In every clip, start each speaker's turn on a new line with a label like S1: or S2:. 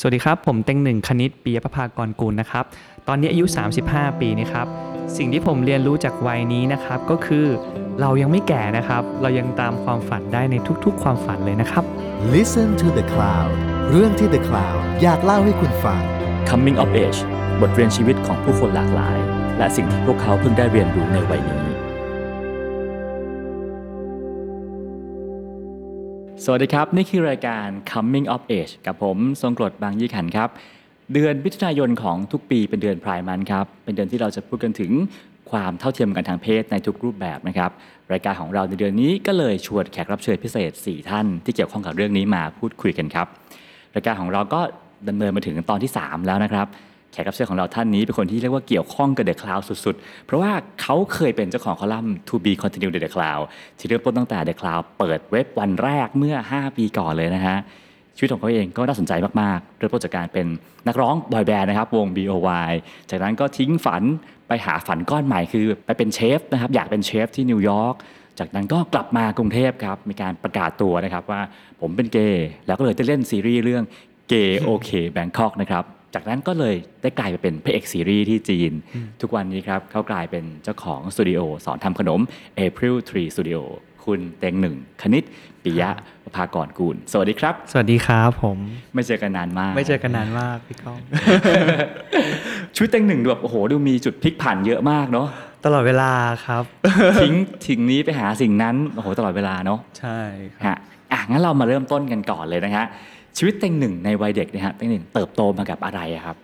S1: สวัสดีครับ ผมเต็งหนึ่งคณิตปียประภากรกูลนะครับ ตอนนี้อายุ 35 ปีนะครับ สิ่งที่ผมเรียนรู้จากวัยนี้นะครับ ก็คือเรายังไม่แก่นะครับ เรายังตามความฝันได้ในทุกๆ ความฝันเลยนะครับ
S2: Listen to the Cloud เรื่องที่ The Cloud อยากเล่าให้คุณฟัง
S3: Coming of Age บทเรียนชีวิตของผู้คนหลากหลาย และสิ่งที่พวกเขาเพิ่งได้เรียนรู้ในวัยนี้ สวัสดีครับ นี่คือรายการ Coming of Age กับผม ทรงกรดบางยี่ขันครับ เดือนมิถุนายนของทุกปีเป็นเดือนพรายมันครับ เป็นเดือนที่เราจะพูดกันถึงความเท่าเทียมกันทางเพศในทุกรูปแบบนะครับ รายการของเราในเดือนนี้ก็เลยชวนแขกรับเชิญพิเศษ 4 ท่าน ที่เกี่ยวข้องกับเรื่องนี้มาพูดคุยกันครับ รายการของเราก็ดำเนินมาถึงตอนที่ 3 แล้วนะครับ แขกรับเชิญของเราท่านนี้เป็นคนที่เรียกว่าเกี่ยวข้องกับเดอะคลาวสุดๆ เพราะว่าเขาเคยเป็นเจ้าของคอลัมน์ To Be Continued The Cloud ที่เริ่มต้นตั้งแต่ The Cloud เปิดเว็บวันแรกเมื่อ 5 ปีก่อนเลยนะฮะ ชีวิตของเขาเองก็น่าสนใจมาก ๆ เริ่มต้นจากการเป็นนักร้องบอยแบนด์นะครับ วง B.O.Y จากนั้นก็ทิ้งฝันไปหาฝันก้อนใหม่คือไปเป็นเชฟนะครับ อยากเป็นเชฟที่นิวยอร์ก จากนั้นก็กลับมากรุงเทพครับ มีการประกาศตัวนะครับว่าผมเป็นเกย์ แล้วก็เลยได้เล่นซีรีส์เรื่องเกย์โอเคแบงคอกนะครับ จากนั้นก็เลยได้กลายไปเป็นพระเอกซีรีส์ที่จีน ทุกวันนี้ครับเขากลายเป็นเจ้าของสตูดิโอสอนทำขนม April Tree Studio คุณเต็งหนึ่งคณิตปิยะประภากรกูล สวัสดีครับ
S1: สวัสดีครับผม
S3: ไม่เจอกันนานมาก
S1: ไม่เจอกันนานมากพี่ก้อง
S3: ชุดแต่งหนึ่งดูแบบโอ้โหดูมีจุดพลิกผันเยอะมากเนาะ
S1: ตลอดเวลาครับ
S3: ทิ้งทิ้งนี้ไปหาสิ่งนั้นโอ้โหตลอดเวลาเนาะ
S1: ใช่
S3: ฮะอ่ะงั้นเรามาเริ่มต้นกันก่อนเลยนะฮะชีวิตเต็งหนึ่งในวัยเด็กนะฮะเต็งหนึ่งเติบโตมากับอะไรอะครับ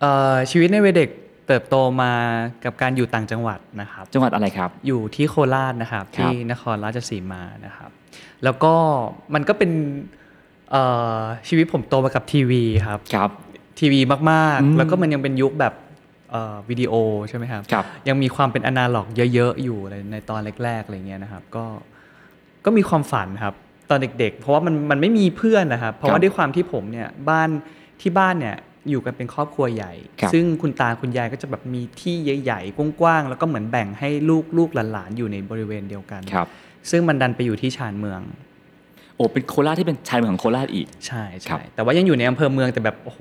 S1: เอ่อชีวิตในวัยเด็กเติบโตมากับการอยู่ต่างจังหวัดนะครับ
S3: จังหวัดอะไรครับ
S1: อยู่ที่โคราชนะครับ
S3: ครับ
S1: ที่นครราชสีมานะครับ แล้วก็มันก็เป็นเอ่อชีวิตผมโตมากับทีวีครับ
S3: ครับ
S1: ทีวีมาก
S3: อืม
S1: ๆ แล้วก็มันยังเป็นยุคแบบเอ่อวิดีโอใช่ไหมครับ
S3: ครับ
S1: ยังมีความเป็นอนาล็อกเยอะๆ อยู่อะไรในตอนแรกๆอะไรเงี้ยนะครับ ก็ก็มีความฝันครับตอนเด็กๆ เพราะว่ามันมันไม่มีเพื่อนนะครับ เพราะว่าด้วยความที่ผมเนี่ยบ้านที่บ้านเนี่ยอยู่กันเป็นครอบครัวใหญ่
S3: ครับ
S1: ซึ่งคุณตาคุณยายก็จะแบบมีที่ใหญ่ๆ กว้างๆ แล้วก็เหมือนแบ่งให้ลูกลูกหลานๆ อยู่ในบริเวณเดียวกัน
S3: ครับ
S1: ซึ่งมันดันไปอยู่ที่ชานเมือง
S3: โอ้เป็นโคราชที่เป็นชายเมืองของโคราชอีก
S1: ใช่
S3: ครั
S1: ใช่
S3: บ
S1: แต่ว่ายังอยู่ในอำเภอเมืองแต่แบบโอ้โห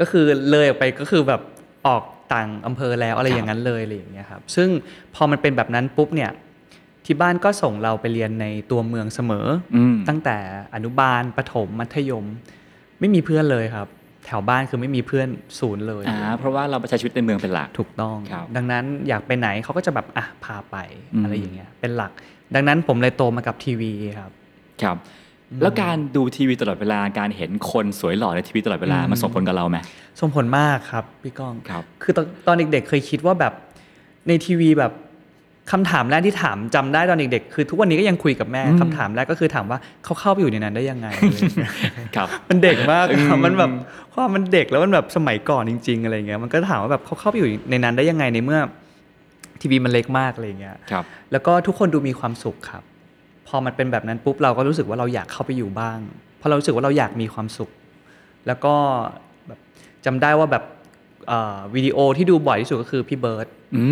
S1: ก็คือเลยออกไปก็คือแบบออกต่างอำเภอแล้วอะไรอย่างนั้นเลยอะไรอย่างเงี้ยครับซึ่งพอมันเป็นแบบนั้นปุ๊บเนี่ยที่บ้านก็ส่งเราไปเรียนในตัวเมืองเสมออ
S3: อืม
S1: ตั้งแต่อนุบาลประถมมัธยม ไม่มีเพื่อนเลยครับ แถวบ้านคือไม่มีเพื่อนศูนย์เลย
S3: อ่าเพราะว่าเราไปใช้ชีวิตในเมืองเป็นหลัก
S1: ถูกต้อง
S3: ครับ
S1: ดังนั้นอยากไปไหนเขาก็จะแบบอ่ะพาไป
S3: อืม
S1: อะไรอย่างเงี้ยเป็นหลัก ดังนั้นผมเลยโตมากับทีวีครับ
S3: ครับ แล้วการดูทีวีตลอดเวลาการเห็นคนสวยหล่อในทีวีตลอดเวลา
S1: อืม
S3: มันส่งผลกับเราไหม
S1: ส่งผลมากครับพี่ก้อง
S3: ครับ
S1: คือตอนตอนเด็กๆ เคยคิดว่าแบบในทีวีแบบคำถามแรกที่ถามจำได้ตอนเด็กๆ คือทุกวันนี้ก็ยังคุยกับแม่
S3: อืม
S1: คำถามแรกก็คือถามว่าเขาเข้าไปอยู่ในนั้นได้ยัง ไงอะไรอย่างเงี้ย
S3: ครับ
S1: มันเด็กมาก
S3: อืม
S1: มันแบบความมันเด็กแล้วมันแบบสมัยก่อนจริง ๆ อะไรเงี้ยมันก็ถามว่าแบบเขาเข้าไปอยู่ในนั้นได้ยังไงในเมื่อทีวีมันเล็กมากอะไรเงี้ย
S3: ครับ
S1: แล้วก็ทุกคนดูมีความสุขครับ พอมันเป็นแบบนั้นปุ๊บเราก็รู้สึกว่าเราอยากเข้าไปอยู่บ้าง เพราะเรารู้สึกว่าเราอยากมีความสุข แล้วก็แบบจำได้ว่าแบบเอ่อวิดีโอที่ดูบ่อยที่สุดก็คือพี่เบิร์ด
S3: อื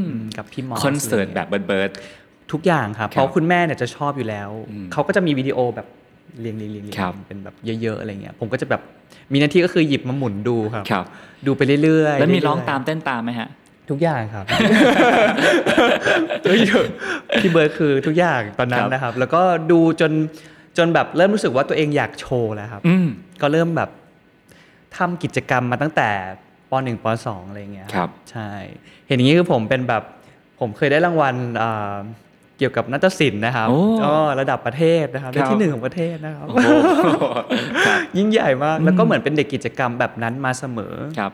S3: ม
S1: กับพี่มอส
S3: คอนเสิร์ตแบบเบิร์ดเบิร์ด
S1: ทุกอย่างครับ เพราะคุณแม่เนี่ยจะชอบอยู่แล้ว
S3: อืม
S1: เขาก็จะมีวิดีโอแบบเรียงเรียงเรียง
S3: ครับ
S1: เป็นแบบเยอะๆอะไรเงี้ยผมก็จะแบบมีหน้าที่ก็คือหยิบมาหมุนดูครับ
S3: ครับ
S1: ดูไปเรื่อยๆ
S3: แล้วมีร้อง
S1: เยๆ
S3: ตามเต้นตามไหมฮะ
S1: ทุกอย่างครับ พี่เบิร์ดคือทุกอย่างตอนนั้
S3: คน รับ
S1: นะครับ แล้วก็ดูจนจนแบบเริ่มรู้สึกว่าตัวเองอยากโชว์แล้วครับ
S3: อื ม
S1: ก็เริ่มแบบทำกิจกรรมมาตั้งแต่ปหนึ่งปสองอะไรเงี้ย
S3: ครับ
S1: ใช่ เห็นอย่างนี้คือผมเป็นแบบผมเคยได้รางวัลเอ่อเกี่ยวกับนาฏศิลป์นะครับ
S3: โอ้
S1: อ๋อระดับประเทศนะครับ
S3: ครั
S1: ได้
S3: บ
S1: ที่หนึ่งของประเทศนะครับ
S3: โอ้โหครับ
S1: ยิ่งใหญ่มากแล้วก็
S3: อืม
S1: เหมือนเป็นเด็กกิจกรรมแบบนั้นมาเสมอ
S3: ครับ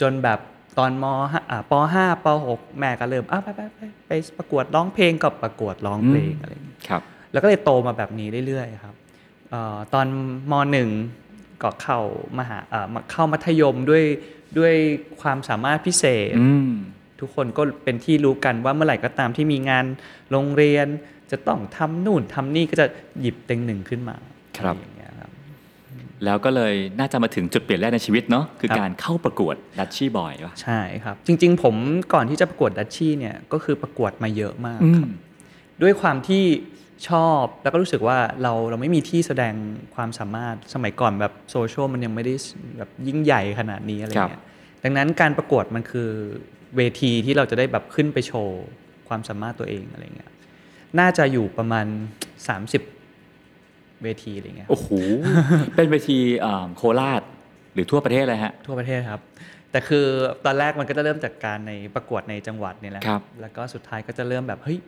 S1: จนแบบตอนมห้าอ่าปห้าปหกแม่ก็เริ่มอ้าวไปไปไปไปประกวดร้องเพลงกับประกวดร้องเพลง
S3: อืม
S1: อะไรอย่างเงี้ย
S3: ครับ
S1: แล้วก็เลยโตมาแบบนี้เรื่อยๆครับเออตอนมหนึ่งก็เข้ามหาเอ่อมาเข้ามัธยมด้วยด้วยความสามารถพิเศษ
S3: อืม
S1: ทุกคนก็เป็นที่รู้กันว่าเมื่อไหร่ก็ตามที่มีงานโรงเรียน จะต้องทำนู่นทำนี่ก็จะหยิบเต็งหนึ่งขึ้นมา
S3: ครับ
S1: อะไอย่างเงี้ยครับ
S3: แล้วก็เลยน่าจะมาถึงจุดเปลี่ยนแรกในชีวิตเนาะคือ
S1: ครับ
S3: การเข้าประกวดดัชชี่บอยป่ะ
S1: ใช่ครับ จริงๆ ผมก่อนที่จะประกวดดัชชี่เนี่ยก็คือประกวดมาเยอะมาก
S3: อื
S1: ค
S3: ม
S1: รับ ด้วยความที่ ชอบ แล้วก็รู้สึกว่าเราเราไม่มีที่แสดงความสามารถสมัยก่อนแบบโซเชียลมันยังไม่ได้แบบยิ่งใหญ่ขนาดนี้อะไรเงี้ยดังนั้นการประกวดมันคือเวทีที่เราจะได้แบบขึ้นไปโชว์ความสามารถตัวเองอะไรเงี้ยน่าจะอยู่ประมาณ 30 เวทีอะไรเงี้ย
S3: โอ้โห เป็นเวทีเอ่อโคราชหรือทั่วประเทศเลยฮะ
S1: ทั่วประเทศครับ แต่คือตอนแรกมันก็จะเริ่มจากการในประกวดในจังหวัดเนี่ยแหละ
S3: ครับ
S1: แล้วก็สุดท้ายก็จะเริ่มแบบเฮ้ย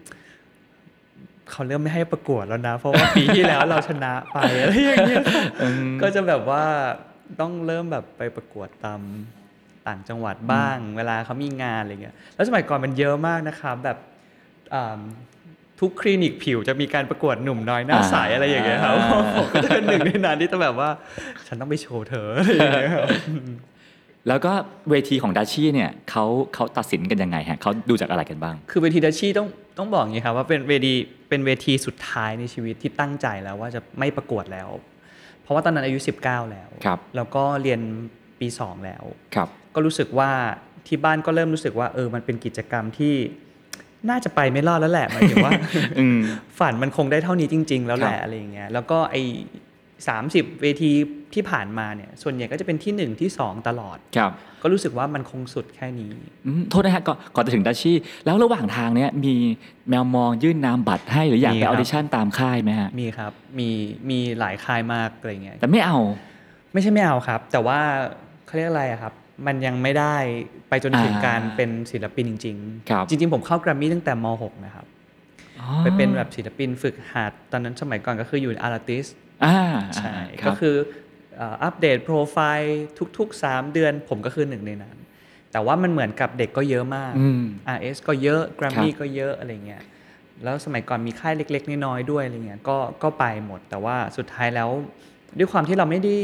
S1: เขาเริ่มไม่ให้ประกวดแล้วนะ เพราะว่าปีที่แล้วเราชนะไปอะไรอย่างเงี้ยก็จะแบบว่าต้องเริ่มแบบไปประกวดตามต่างจังหวัดบ้าง เวลาเขามีงานอะไรเงี้ยแล้วสมัยก่อนมันเยอะมากนะครับแบบอ่าทุกคลินิกผิวจะมีการประกวดหนุ่มน้อยหน้าใสอะไรอย่างเงี้ย ครับผมก็จะเป็นหนึ่งในนั้นที่จะแบบว่า ฉันต้องไปโชว์เธออะไรอย่างเงี้ยครับ
S3: แล้วก็เวทีของดัชชี่เนี่ยเขาเขาตัดสินกันยังไงฮะเขาดูจากอะไรกันบ้าง
S1: คือเวทีดัชชี่ต้องต้องบอกอย่างนี้ครับว่าเป็นเวทีเป็นเวทีสุดท้ายในชีวิตที่ตั้งใจแล้วว่าจะไม่ประกวดแล้ว เพราะว่าตอนนั้นอายุ 19 แล้ว
S3: ครับ
S1: แล้วก็เรียนปี 2 แล้ว
S3: ครับ
S1: ก็รู้สึกว่าที่บ้านก็เริ่มรู้สึกว่าเออมันเป็นกิจกรรมที่น่าจะไปไม่รอดแล้วแหละหมายถึงว่า
S3: อืม
S1: ฝันมันคงได้เท่านี้จริง ๆ แล้วแห
S3: ครั
S1: ละ
S3: บ
S1: อะไรอย่างเงี้ยแล้วก็ไอ้สามสิบเวทีที่ผ่านมาเนี่ยส่วนใหญ่ก็จะเป็นที่หนึ่งที่สองตลอด
S3: ครับ
S1: ก็รู้สึกว่ามันคงสุดแค่นี้
S3: อืมโทษนะฮะก่อนก่อนจะถึงดัชชี่ แล้วระหว่างทางเนี้ยมีแมวมองยื่นนามบัตรให้หรืออยาก
S1: มี
S3: ไป
S1: ครั
S3: อบ อดิชั่นตามค่ายไหมฮะ
S1: มีครับมีมีหลายค่ายมากอะไรอย่างเงี้ย
S3: แต่ไม่เอา
S1: ไม่ใช่ไม่เอาครับ แต่ว่าเขาเรียกอะไรอะครับ มันยังไม่ได้ไปจนถึง
S3: อ่า
S1: การเป็นศิลปินจริง
S3: ครับ
S1: จริง ๆ ผมเข้าแกรมมี่ตั้งแต่ม .6 นะครับ ไปเป็นแบบศิลปินฝึกหัดตอนนั้นสมัยก่อนก็คืออยู่อาร์ติส
S3: อ่า
S1: ใช่
S3: รั
S1: ก็
S3: บ
S1: คือเอ่ออัปเดตโปรไฟล์ทุก ๆ 3 เดือนผมก็คือหนึ่งในนั้น แต่ว่ามันเหมือนกับเด็กก็เยอะมาก
S3: อืม
S1: RS ก็เยอะ Grammy
S3: ครับ
S1: ก็เยอะอะไรเงี้ย แล้วสมัยก่อนมีค่ายเล็ก ๆ น้อยๆด้วยอะไรเงี้ย ก็ก็ไปหมด แต่ว่าสุดท้ายแล้ว ด้วยความที่เราไม่ได้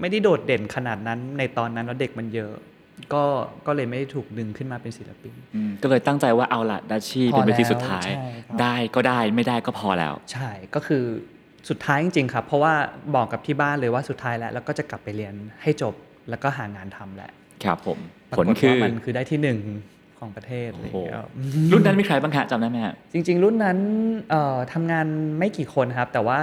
S1: ไม่ได้โดดเด่นขนาดนั้นในตอนนั้นแล้วเด็กมันเยอะ ก็ก็เลยไม่ได้ถูกดึงขึ้นมาเป็นศิลปิน
S3: อืมก็เลยตั้งใจว่าเอาละดัชชี่
S1: พอ
S3: เป็นเวทีสุดท้าย
S1: แล้วใช่ครับ
S3: ได้ก็ได้ไม่ได้ก็พอแล้ว
S1: ใช่ ก็คือสุดท้ายจริง ๆ ครับ เพราะว่าบอกกับที่บ้านเลยว่าสุดท้ายแล้วแล้วก็จะกลับไปเรียนให้จบแล้วก็หางานทำแหละ
S3: ครับผม
S1: ปรา
S3: ผล
S1: กฏ
S3: คือ
S1: ว่ามันคือได้ที่หนึ่งของประเทศอะไร
S3: โอ้โห
S1: เงี้ยครับ
S3: รุ่นนั้นมีใครบ้างคะจำได้ไหมฮะ
S1: จริงๆ รุ่นนั้นเอ่อทำงานไม่กี่คนครับ แต่ว่า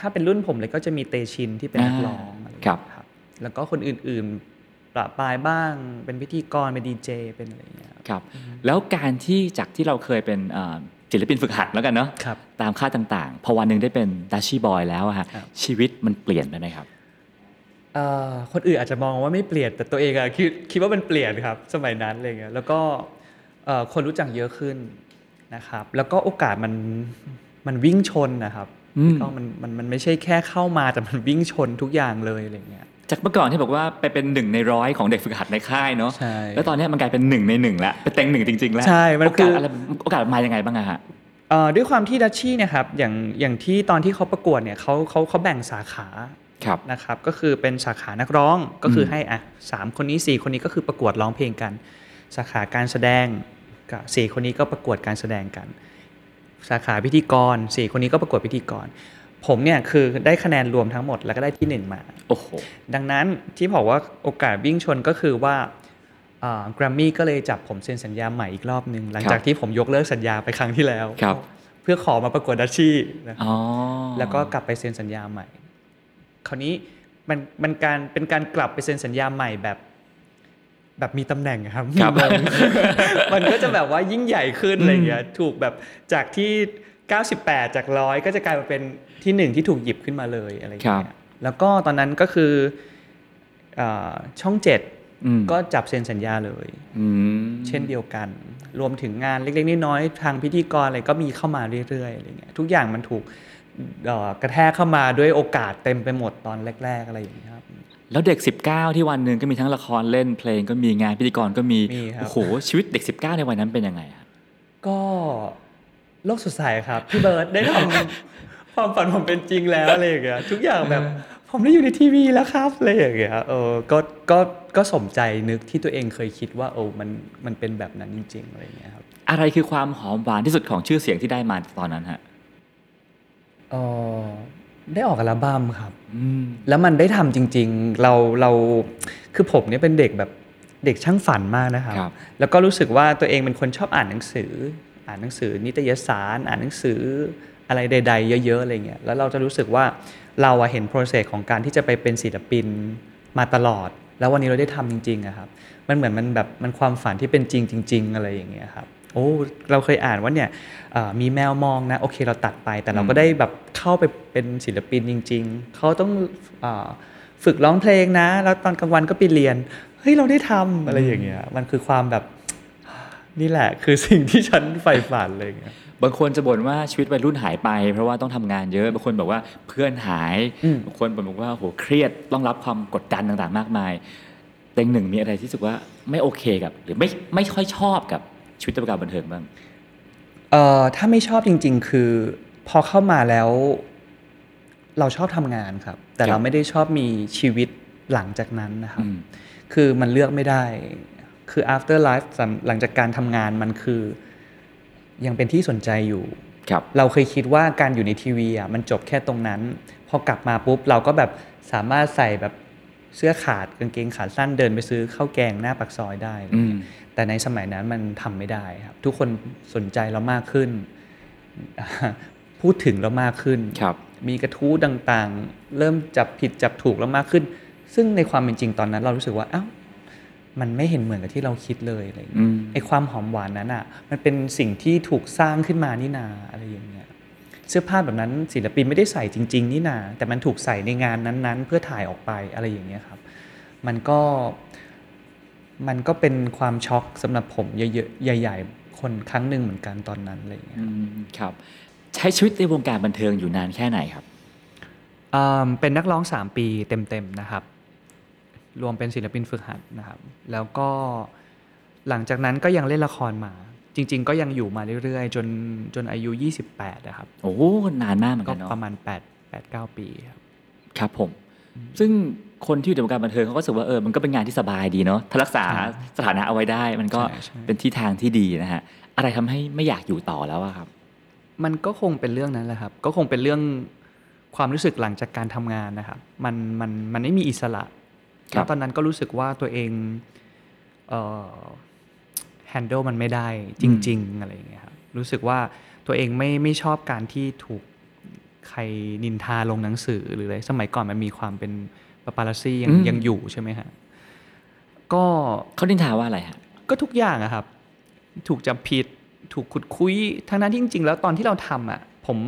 S1: ถ้าเป็นรุ่นผมเลยก็จะมีเตชินที่เป็นนักร้อง
S3: อ่า
S1: อะไอย่างเงี้ย
S3: ครับ
S1: แล้วก็คนอื่นๆประปรายบ้างเป็นพิธีกร เป็นดีเจ เป็นอะไรอย่างเงี้ยครับ
S3: ครับ แล้วการที่จากที่เราเคยเป็นเอ่อศิลปินฝึกหัดแล้วกันเนาะ
S1: ครับ
S3: ตามค่ายต่างๆ พอวันหนึ่งได้เป็นดัชชี่บอยแล้วอะฮะ
S1: ครับ
S3: ชีวิตมันเปลี่ยนไปไหมครับ
S1: เอ่อคนอื่นอาจจะมองว่าไม่เปลี่ยนแต่ตัวเองอะคิดคิดว่ามันเปลี่ยนครับ สมัยนั้นอะไรเงี้ยแล้วก็เอ่อคนรู้จักเยอะขึ้นนะครับ แล้วก็โอกาสมันมันวิ่งชนนะครับ
S3: อืม
S1: ก็มันมันมันไม่ใช่แค่เข้ามาแต่มันวิ่งชนทุกอย่างเลยอะไรเงี้ย
S3: จากเมื่อก่อนที่บอกว่าไปเป็นหนึ่งในร้อยของเด็กฝึกหัดในค่ายเนาะ
S1: ใช่
S3: แล้วตอนเนี้ยมันกลายเป็นหนึ่งในหนึ่งแล้วเป็นเต็งหนึ่งจริง ๆ แล้ว
S1: ใช่มัน
S3: โอ
S1: คื
S3: กา
S1: อ
S3: ส
S1: อ
S3: อะไรโอกาสมายังไงบ้างอะฮะ
S1: เอ่อด้วยความที่ดัชชี่เนี่ยครับอย่างอย่างที่ตอนที่เขาประกวดเนี่ยเขาเขาเขาแบ่งสาขา
S3: ครับ
S1: นะครับก็คือเป็นสาขานักร้องก็คืออ
S3: ม
S1: ให้อ่ะสามคนนี้สี่คนนี้ก็คือประกวดร้องเพลงกัน สาขาการแสดงกับสี่คนนี้ก็ประกวดการแสดงกัน สาขาพิธีกรสี่คนนี้ก็ประกวดพิธีกร ผมเนี่ยคือได้คะแนนรวมทั้งหมดแล้วก็ได้ที่หนึ่งมา
S3: โอ้โห
S1: ดังนั้นที่บอกว่าโอกาสวิ่งชนก็คือว่าแกรมมี่อ Grammy ก็เลยจับผมเซ็นสัญญาใหม่อีกรอบหนึ่งหลัง
S3: ครับ
S1: จากที่ผมยกเลิกสัญญาไปครั้งที่แล้ว
S3: ครับ
S1: เพื่อขอมาประกวดดัชชี่นะครับ
S3: อ๋อ
S1: แล้วก็กลับไปเซ็นสัญญาใหม่ คราวนี้มันมันการเป็นการกลับไปเซ็นสัญญาใหม่แบบ แบบมีตำแหน่งอะครับ
S3: ครับ
S1: งง มันก็จะแบบว่ายิ่งใหญ่ขึ้นอะไรอย่างเงี้ยถูกแบบจากที่ 98 จากร้อยก็จะกลายมาเป็นที่หนึ่งที่ถูกหยิบขึ้นมาเลยอะไรอย่าง
S3: ครั
S1: เงี้ย
S3: บ
S1: แล้วก็ตอนนั้นก็คือเออช่องเจ็ด
S3: อืม
S1: ก็จับเซ็นสัญญาเลย
S3: อืม
S1: เช่นเดียวกัน รวมถึงงานเล็กๆน้อยๆทางพิธีกรอะไรก็มีเข้ามาเรื่อยๆอะไรเงี้ยทุกอย่างมันถูกเอ่อกระแทกเข้ามาด้วยโอกาสเต็มไปหมดตอนแรก ๆ อะไรอย่างเงี้ยครับ
S3: แล้วเด็ก 19 ที่วันหนึ่งก็มีทั้งละครเล่นเพลงก็มีงานพิธีกรก็มี
S1: มีครับ
S3: โอ้โหชีวิตเด็ก 19 ในวัยนั้นเป็นยังไงอะ
S1: ก็โลกสดใสครับ พี่เบิร์ด ได้ทำ ความฝันผมเป็นจริงแล้วอะไรอย่างเงี้ยทุกอย่างแบบผมได้อยู่ในทีวีแล้วครับอะไรอย่างเงี้ยเออก็ก็ก็สมใจนึกที่ตัวเองเคยคิดว่าโอ้มันมันเป็นแบบนั้นจริง ๆ อะไรอย่างเงี้ยครับ
S3: อะไรคือความหอมหวานที่สุดของชื่อเสียงที่ได้มาตอนนั้นฮะ
S1: เออได้ออกอัลบั้มครับ
S3: อืม
S1: แล้วมันได้ทำจริง ๆ เราเราคือผมเนี่ยเป็นเด็กแบบเด็กช่างฝันมากนะครับ
S3: ครับ
S1: แล้วก็รู้สึกว่าตัวเองเป็นคนชอบอ่านหนังสือ อ่านหนังสือนิตยสาร อ่านหนังสือ อะไรใด ๆ เยอะ ๆ อะไรเงี้ยแล้วเราจะรู้สึกว่าเราอะเห็น process ของการที่จะไปเป็นศิลปินมาตลอด แล้ววันนี้เราได้ทำจริงๆอะครับมันเหมือนมันแบบมันความฝันที่เป็นจริงจริง ๆ อะไรอย่างเงี้ยครับโอ้เราเคยอ่านว่าเนี่ยเอ่อมีแมวมองนะโอเคเราตัดไป แต่เราก็ได้แบบเข้าไปเป็นศิลปินจริง ๆเขาต้องเอ่อฝึกร้องเพลงนะ แล้วตอนกลางวันก็ไปเรียนเฮ้ยเราได้ทำอะไรอย่างเงี้ยมันคือความแบบ นี่แหละคือสิ่งที่ฉันใฝ่ฝันอะไรอย่างเงี้ย
S3: บางคนจะบ่นว่าชีวิตวัยรุ่นหายไปเพราะว่าต้องทำงานเยอะ บางคนบอกว่าเพื่อนหาย
S1: อืม
S3: บางคนบ่นบอกว่าโหเครียดต้องรับความกดดันต่างๆ มากมายเต็งหนึ่งมีอะไรที่รู้สึกว่าไม่โอเคกับ หรือไม่ไม่ค่อยชอบกับชีวิตประการบันเทิงบ้าง
S1: เอ่อถ้าไม่ชอบจริง ๆ คือพอเข้ามาแล้ว เราชอบทำงานครับ แต่
S3: ครับ
S1: เราไม่ได้ชอบมีชีวิตหลังจากนั้นนะครับ
S3: อืม
S1: คือมันเลือกไม่ได้ คือ after life สำหลังจากการทำงานมันคือ ยังเป็นที่สนใจอยู่
S3: ครับ
S1: เราเคยคิดว่าการอยู่ในทีวีอ่ะมันจบแค่ตรงนั้น พอกลับมาปุ๊บ เราก็แบบสามารถใส่แบบเสื้อขาดกางเกงขาสั้นเดินไปซื้อข้าวแกงหน้าปากซอยได้
S3: อืม
S1: แต่ในสมัยนั้นมันทำไม่ได้ครับ ทุกคนสนใจเรามากขึ้น พูดถึงเรามากขึ้น
S3: ครับ
S1: มีกระทู้ต่างๆ เริ่มจับผิดจับถูกเรามากขึ้น ซึ่งในความเป็นจริงตอนนั้น เรารู้สึกว่าเอ้ามันไม่เห็นเหมือนกับที่เราคิดเลยอะไรอย่างเงี้ย
S3: อืม
S1: ไอความหอมหวานนั้นอ่ะ มันเป็นสิ่งที่ถูกสร้างขึ้นมานี่นาอะไรอย่างเงี้ยเสื้อผ้าแบบนั้นศิลปินไม่ได้ใส่จริง ๆ นี่นา แต่มันถูกใส่ในงานนั้นๆ เพื่อถ่ายออกไปอะไรอย่างเงี้ยครับ มันก็ มันก็เป็นความช็อกสำหรับผมเยอะๆใหญ่ ๆ คนครั้งหนึ่งเหมือนกันตอนนั้นอะไรอย่างเงี้ย
S3: อืมครับ ใช้ชีวิตในวงการบันเทิงอยู่นานแค่ไหนครับ
S1: อ่าเป็นนักร้อง 3 ปีเต็มๆนะครับ รวมเป็นศิลปินฝึกหัดนะครับ แล้วก็หลังจากนั้นก็ยังเล่นละครมา จริง ๆ ก็ยังอยู่มาเรื่อยๆ จนจนอายุ 28นะครับ
S3: โอ้โหนานมากเหมือน
S1: ก็
S3: กันเนาะ
S1: ประมาณ 8 8 9 ปีครับ
S3: ครับผม ซึ่งคนที่อยู่ในวงการบันเทิงเขาก็รู้สึกว่าเออ มันก็เป็นงานที่สบายดีเนาะ ถ้ารักษา
S1: ใช่
S3: สถานะเอาไว้ได้ มันก็
S1: ใช่ใช่
S3: เป็นที่ทางที่ดีนะฮะ อะไรทำให้ไม่อยากอยู่ต่อแล้วอะครับ
S1: มันก็คงเป็นเรื่องนั้นแหละครับ ก็คงเป็นเรื่องความรู้สึกหลังจากการทำงานนะครับ มันมันมันไม่มีอิสระ
S3: ครับ
S1: แล้วตอนนั้นก็รู้สึกว่าตัวเองเอ่อ handle มันไม่ได้จริง ๆ อะไรอย่างเงี้ยครับ รู้สึกว่าตัวเองไม่ไม่ชอบการที่ถูกใครนินทาลงหนังสือหรืออะไร สมัยก่อนมันมีความเป็นปาปาลซี่ยัง
S3: อืม
S1: ยังอยู่ใช่ไหมฮะ ก็
S3: เขาดินทาว่าอะไรฮะ
S1: ก็ทุกอย่างอะครับ ถูกจับผิด ถูกขุดคุย ทั้งนั้นที่จริงๆ แล้วตอนที่เราทำอ่ะ ผม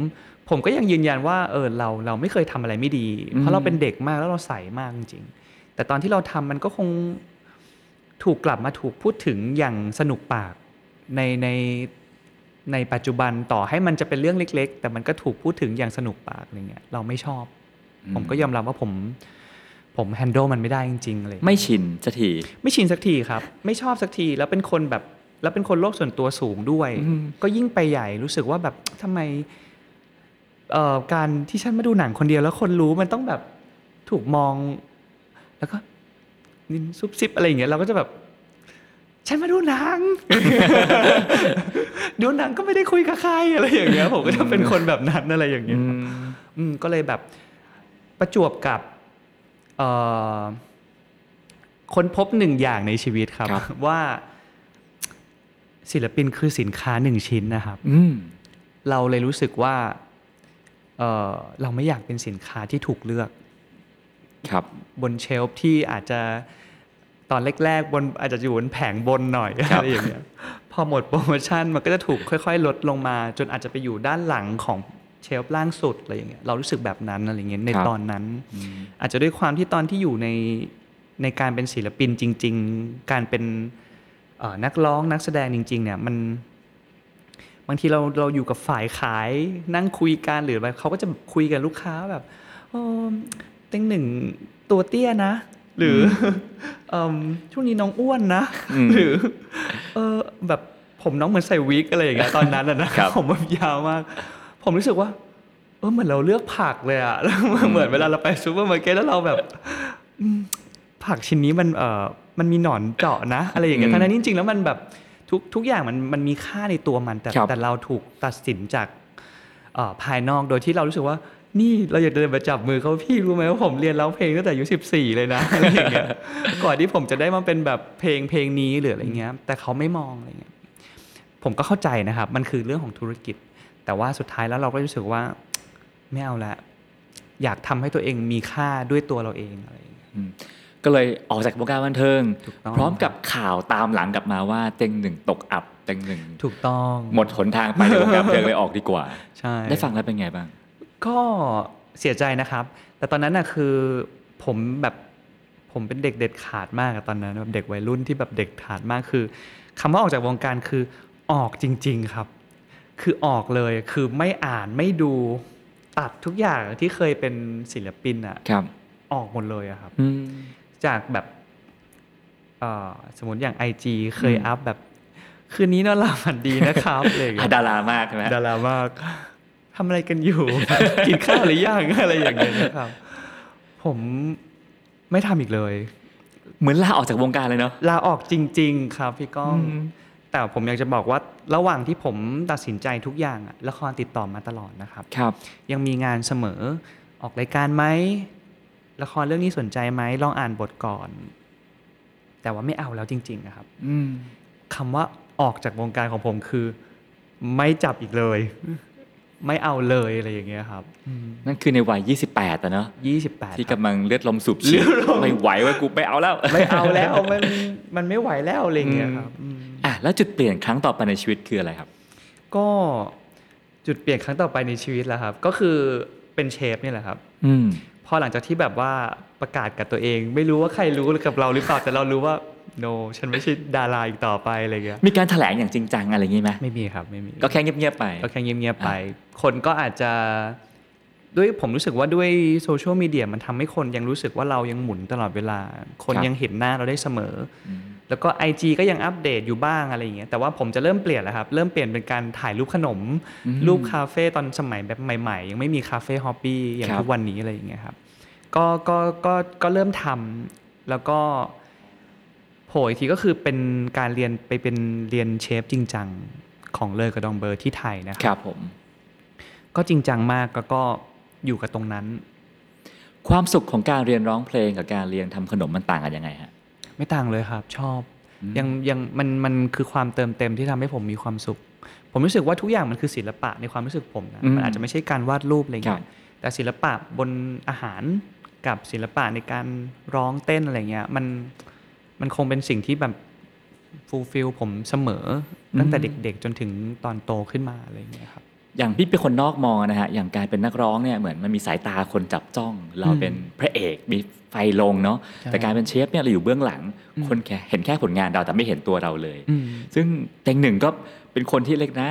S1: ผมก็ยังยืนยันว่า เออ เรา เราไม่เคยทำอะไรไม่ดี
S3: อืม
S1: เพราะเราเป็นเด็กมากแล้วเราใสมากจริงๆ แต่ตอนที่เราทำมันก็คงถูกกลับมาถูกพูดถึงอย่างสนุกปากในในในปัจจุบันต่อให้มันจะเป็นเรื่องเล็ก ๆ แต่มันก็ถูกพูดถึงอย่างสนุกปากอะไรเงี้ย เราไม่ชอบ ผมก็ยอมรับว่าผม ผมแฮนด์ลมันไม่ได้จริงๆอะไรเลย
S3: ไม่ชินสักที
S1: ไม่ชินสักทีครับ ไม่ชอบสักทีแล้วเป็นคนแบบแล้วเป็นคนโลกส่วนตัวสูงด้วย
S3: อืม
S1: ก็ยิ่งไปใหญ่รู้สึกว่าแบบทำไมเอ่อการที่ฉันมาดูหนังคนเดียวแล้วคนรู้มันต้องแบบถูกมอง แล้วก็นินซุบซิบอะไรอย่างเงี้ยเราก็จะแบบ ฉันมาดูหนัง ดูหนังก็ไม่ได้คุยกับใครอะไรอย่างเงี้ยผมก็จะเป็นคนแบบนั้นอะไรอย่างเงี้ย อืมก็เลยแบบประจวบกับเอ่อค้นพบหนึ่งอย่างในชีวิตครับ
S3: ครับ
S1: ว่าศิลปินคือสินค้าหนึ่งชิ้นนะครับ
S3: อืม
S1: เราเลยรู้สึกว่าเอ่อเราไม่อยากเป็นสินค้าที่ถูกเลือก
S3: ครับ
S1: บนเชลฟ์ที่อาจจะตอนแรกๆบนอาจจะอยู่บนแผงบนหน่อย
S3: ครับ
S1: อะไรอย่างเงี้ยพอหมดโปรโมชั่นมันก็จะถูกค่อย ๆ ลดลงมา จนอาจจะไปอยู่ด้านหลังของเชลฟ์ล่างสุดอะไรอย่างเงี้ยเรารู้สึกแบบนั้นอะไรอย่างเงี้ยในตอนนั้น อาจจะด้วยความที่ตอนที่อยู่ในในการเป็นศิลปินจริง ๆ การเป็นเอ่อนักร้องนักแสดงจริง ๆ เนี่ยมัน บางทีเราเราอยู่กับฝ่ายขายนั่งคุยกันหรืออะไรเขาก็จะคุยกับลูกค้าแบบเออเต็งหนึ่งตัวเตี้ยนะ หรือเอิ่มช่วงนี้น้องอ้วนนะ
S3: อืม
S1: หรือเออแบบผมน้องเหมือนใส่วิกอะไรอย่าง เงี้ยตอนนั้นอะนะครับ ผมแบบยาวมาก ผมรู้สึกว่า เออเหมือนเราเลือกผักเลยอะ แล้วเหมือนเวลาเราไปซูเปอร์มาร์เก็ตแล้วเราแบบอืมผักชิ้นนี้มันเออมันมีหนอนเจาะนะ อะไรอย่างเงี้ย
S3: อืม
S1: ทั้งนั้นจริงๆ แล้วมันแบบทุกทุกอย่างมันมันมีค่าในตัวมันแต่
S3: ครับ
S1: แต่เราถูกตัดสินจากเอ่อภายนอกโดยที่เรารู้สึกว่า นี่เราอยากเดินไปจับมือเขาพี่รู้ไหมว่าผมเรียนร้องเพลงตั้งแต่อายุ14 เลยนะ อะไรอย่างเงี้ยก่อนที่ผมจะได้มาเป็นแบบเพลงเพลงนี้หรืออะไรเงี้ย แต่เขาไม่มองอะไรเงี้ย ผมก็เข้าใจนะครับ มันคือเรื่องของธุรกิจ แต่ว่าสุดท้ายแล้วเราก็รู้สึกว่า ไม่เอาละ อยากทำให้ตัวเองมีค่าด้วยตัวเราเองอะไรอย่างเงี้ย
S3: ก็เลยออกจากวงการบันเทิง
S1: ถูกต้อง
S3: พร้อมกับข่าวตามหลังกลับมาว่าเต็งหนึ่งตกอับเต็งหนึ่ง
S1: ถูกต้อง
S3: หมดหนทางไปในวงการบันเทิงเลยออกดีกว่า
S1: ใช่
S3: ได้ฟังแล้วเป็นไงบ้าง
S1: ก็เสียใจนะครับ แต่ตอนนั้นน่ะคือผมแบบผมเป็นเด็กเด็ดขาดมากอะตอนนั้นแบบเด็กวัยรุ่นที่แบบเด็กขาดมากคือคำว่าออกจากวงการคือออกจริง ๆครับ คือออกเลยคือไม่อ่านไม่ดูตัดทุกอย่างที่เคยเป็นศิลปินอะ
S3: ครับ
S1: ออกหมดเลยอะครับ
S3: อืม
S1: จากแบบเอ่อสมมติอย่าง IG เคย
S3: อืม
S1: อัพแบบ คืนนี้นอนหลับฝันดีนะครับอะไรอย่าง
S3: อ่ะ
S1: เงี้ย
S3: ดารามากใช่ไหม
S1: ดารามากทำอะไรกันอยู่ กินข้าวหรือยัง อะไรอย่างเงี้ยนะครับ ผมไม่ทำอีกเลย
S3: เหมือนลาออกจากวงการเลยเนาะ
S1: ลาออกจริง ๆ ครับพี่ก้อง
S3: ม
S1: แต่ผมอยากจะบอกว่าระหว่างที่ผมตัดสินใจทุกอย่างอะละครติดต่อมาตลอดนะครับ
S3: ครับ
S1: ยังมีงานเสมอออกรายการไหมละครเรื่องนี้สนใจไหมลองอ่านบทก่อน แต่ว่าไม่เอาแล้วจริงๆนะครับ
S3: อืม
S1: คำว่าออกจากวงการของผมคือ ไม่จับอีกเลย ไม่เอาเลยอะไรอย่างเงี้ยครับ
S3: นั่นคือในวัย 28อะเนาะ
S1: ยี่สิบแปด
S3: ที่กำลังเลือดลมสูบฉีด
S1: เลือดลม
S3: ไม่ไหวว่ากูไม่เอาแล้ว
S1: ไม่เอาแล้วมันมันไม่ไหวแล้วอะไรอย่างเงี้ยครับอืม
S3: อ่ะแล้วจุดเปลี่ยนครั้งต่อไปในชีวิตคืออะไรครับ
S1: ก็จุดเปลี่ยนครั้งต่อไปในชีวิตแล้วครับ ก็คือเป็นเชฟนี่แหละครับ
S3: อืม
S1: พอหลังจากที่แบบว่าประกาศกับตัวเอง ไม่รู้ว่าใครรู้กับเราหรือเปล่า แต่เรารู้ว่า no ฉันไม่ใช่ดาราอีกต่อไปอะไรเงี้ย
S3: มีการแถลงอย่างจริงจังอะไรอย่างงี้ไหม
S1: ไม่มีครับไม่มี
S3: ก็แค่เงียบๆไป
S1: ก็แค่เงียบๆไป คนก็อาจจะด้วยผมรู้สึกว่าด้วยโซเชียลมีเดียมันทำให้คนยังรู้สึกว่าเรายังหมุนตลอดเวลา คน
S3: ครับ
S1: ยังเห็นหน้าเราได้เสมอ แล้วก็ IG ก็ยังอัปเดตอยู่บ้างอะไรอย่างเงี้ยแต่ว่าผมจะเริ่มเปลี่ยนแล้วครับ เริ่มเปลี่ยนเป็นการถ่ายรูปขนม รูปคาเฟ่ตอนสมัยแบบใหม่ ๆ ยังไม่มีคาเฟ่ฮอปปี้อย่าง
S3: ครับ
S1: ทุกวันนี้อะไรอย่างเงี้ยครับก็ก็ก็ก็เริ่มทำแล้วก็โผล่อีกทีก็คือเป็นการเรียนไปเป็นเรียนเชฟจริงจังของเลอกระดองเบอร์ที่ไทยนะค
S3: ครับ รับผม
S1: ก็จริงจังมากแล้วก็อยู่กับตรงนั้น
S3: ความสุขของการเรียนร้องเพลงกับการเรียนทำขนมมันต่างกันยังไงฮะ
S1: ไม่ต่างเลยครับ ชอบ
S3: อืม
S1: ยังยังมันมันคือความเติมเต็มที่ทำให้ผมมีความสุข ผมรู้สึกว่าทุกอย่างมันคือศิลปะในความรู้สึกผมนะ
S3: อืม
S1: มันอาจจะไม่ใช่การวาดรูปอะไรอย่าง
S3: ครั
S1: เงี้ย
S3: บ
S1: แต่ศิลปะบนอาหารกับศิลปะในการร้องเต้นอะไรเงี้ยมันมันคงเป็นสิ่งที่แบบฟูลฟิลผมเสมอ ตั้งแต่เด็กๆ จนถึงตอนโตขึ้นมาอะไรอย่างเงี้ยครับ
S3: อย่างพี่เป็นคนนอกมองนะฮะ อย่างการเป็นนักร้องเนี่ยเหมือนมันมีสายตาคนจับจ้อง เรา
S1: อืม
S3: เป็นพระเอกมีไฟลงเนาะ
S1: ใช่
S3: แต่การเป็นเชฟเนี่ยเราอยู่เบื้องหลัง
S1: อืม
S3: คนแค่เห็นแค่ผลงานเราแต่ไม่เห็นตัวเราเลย
S1: อืม
S3: ซึ่งเต็งหนึ่งก็เป็นคนที่เล็กนะ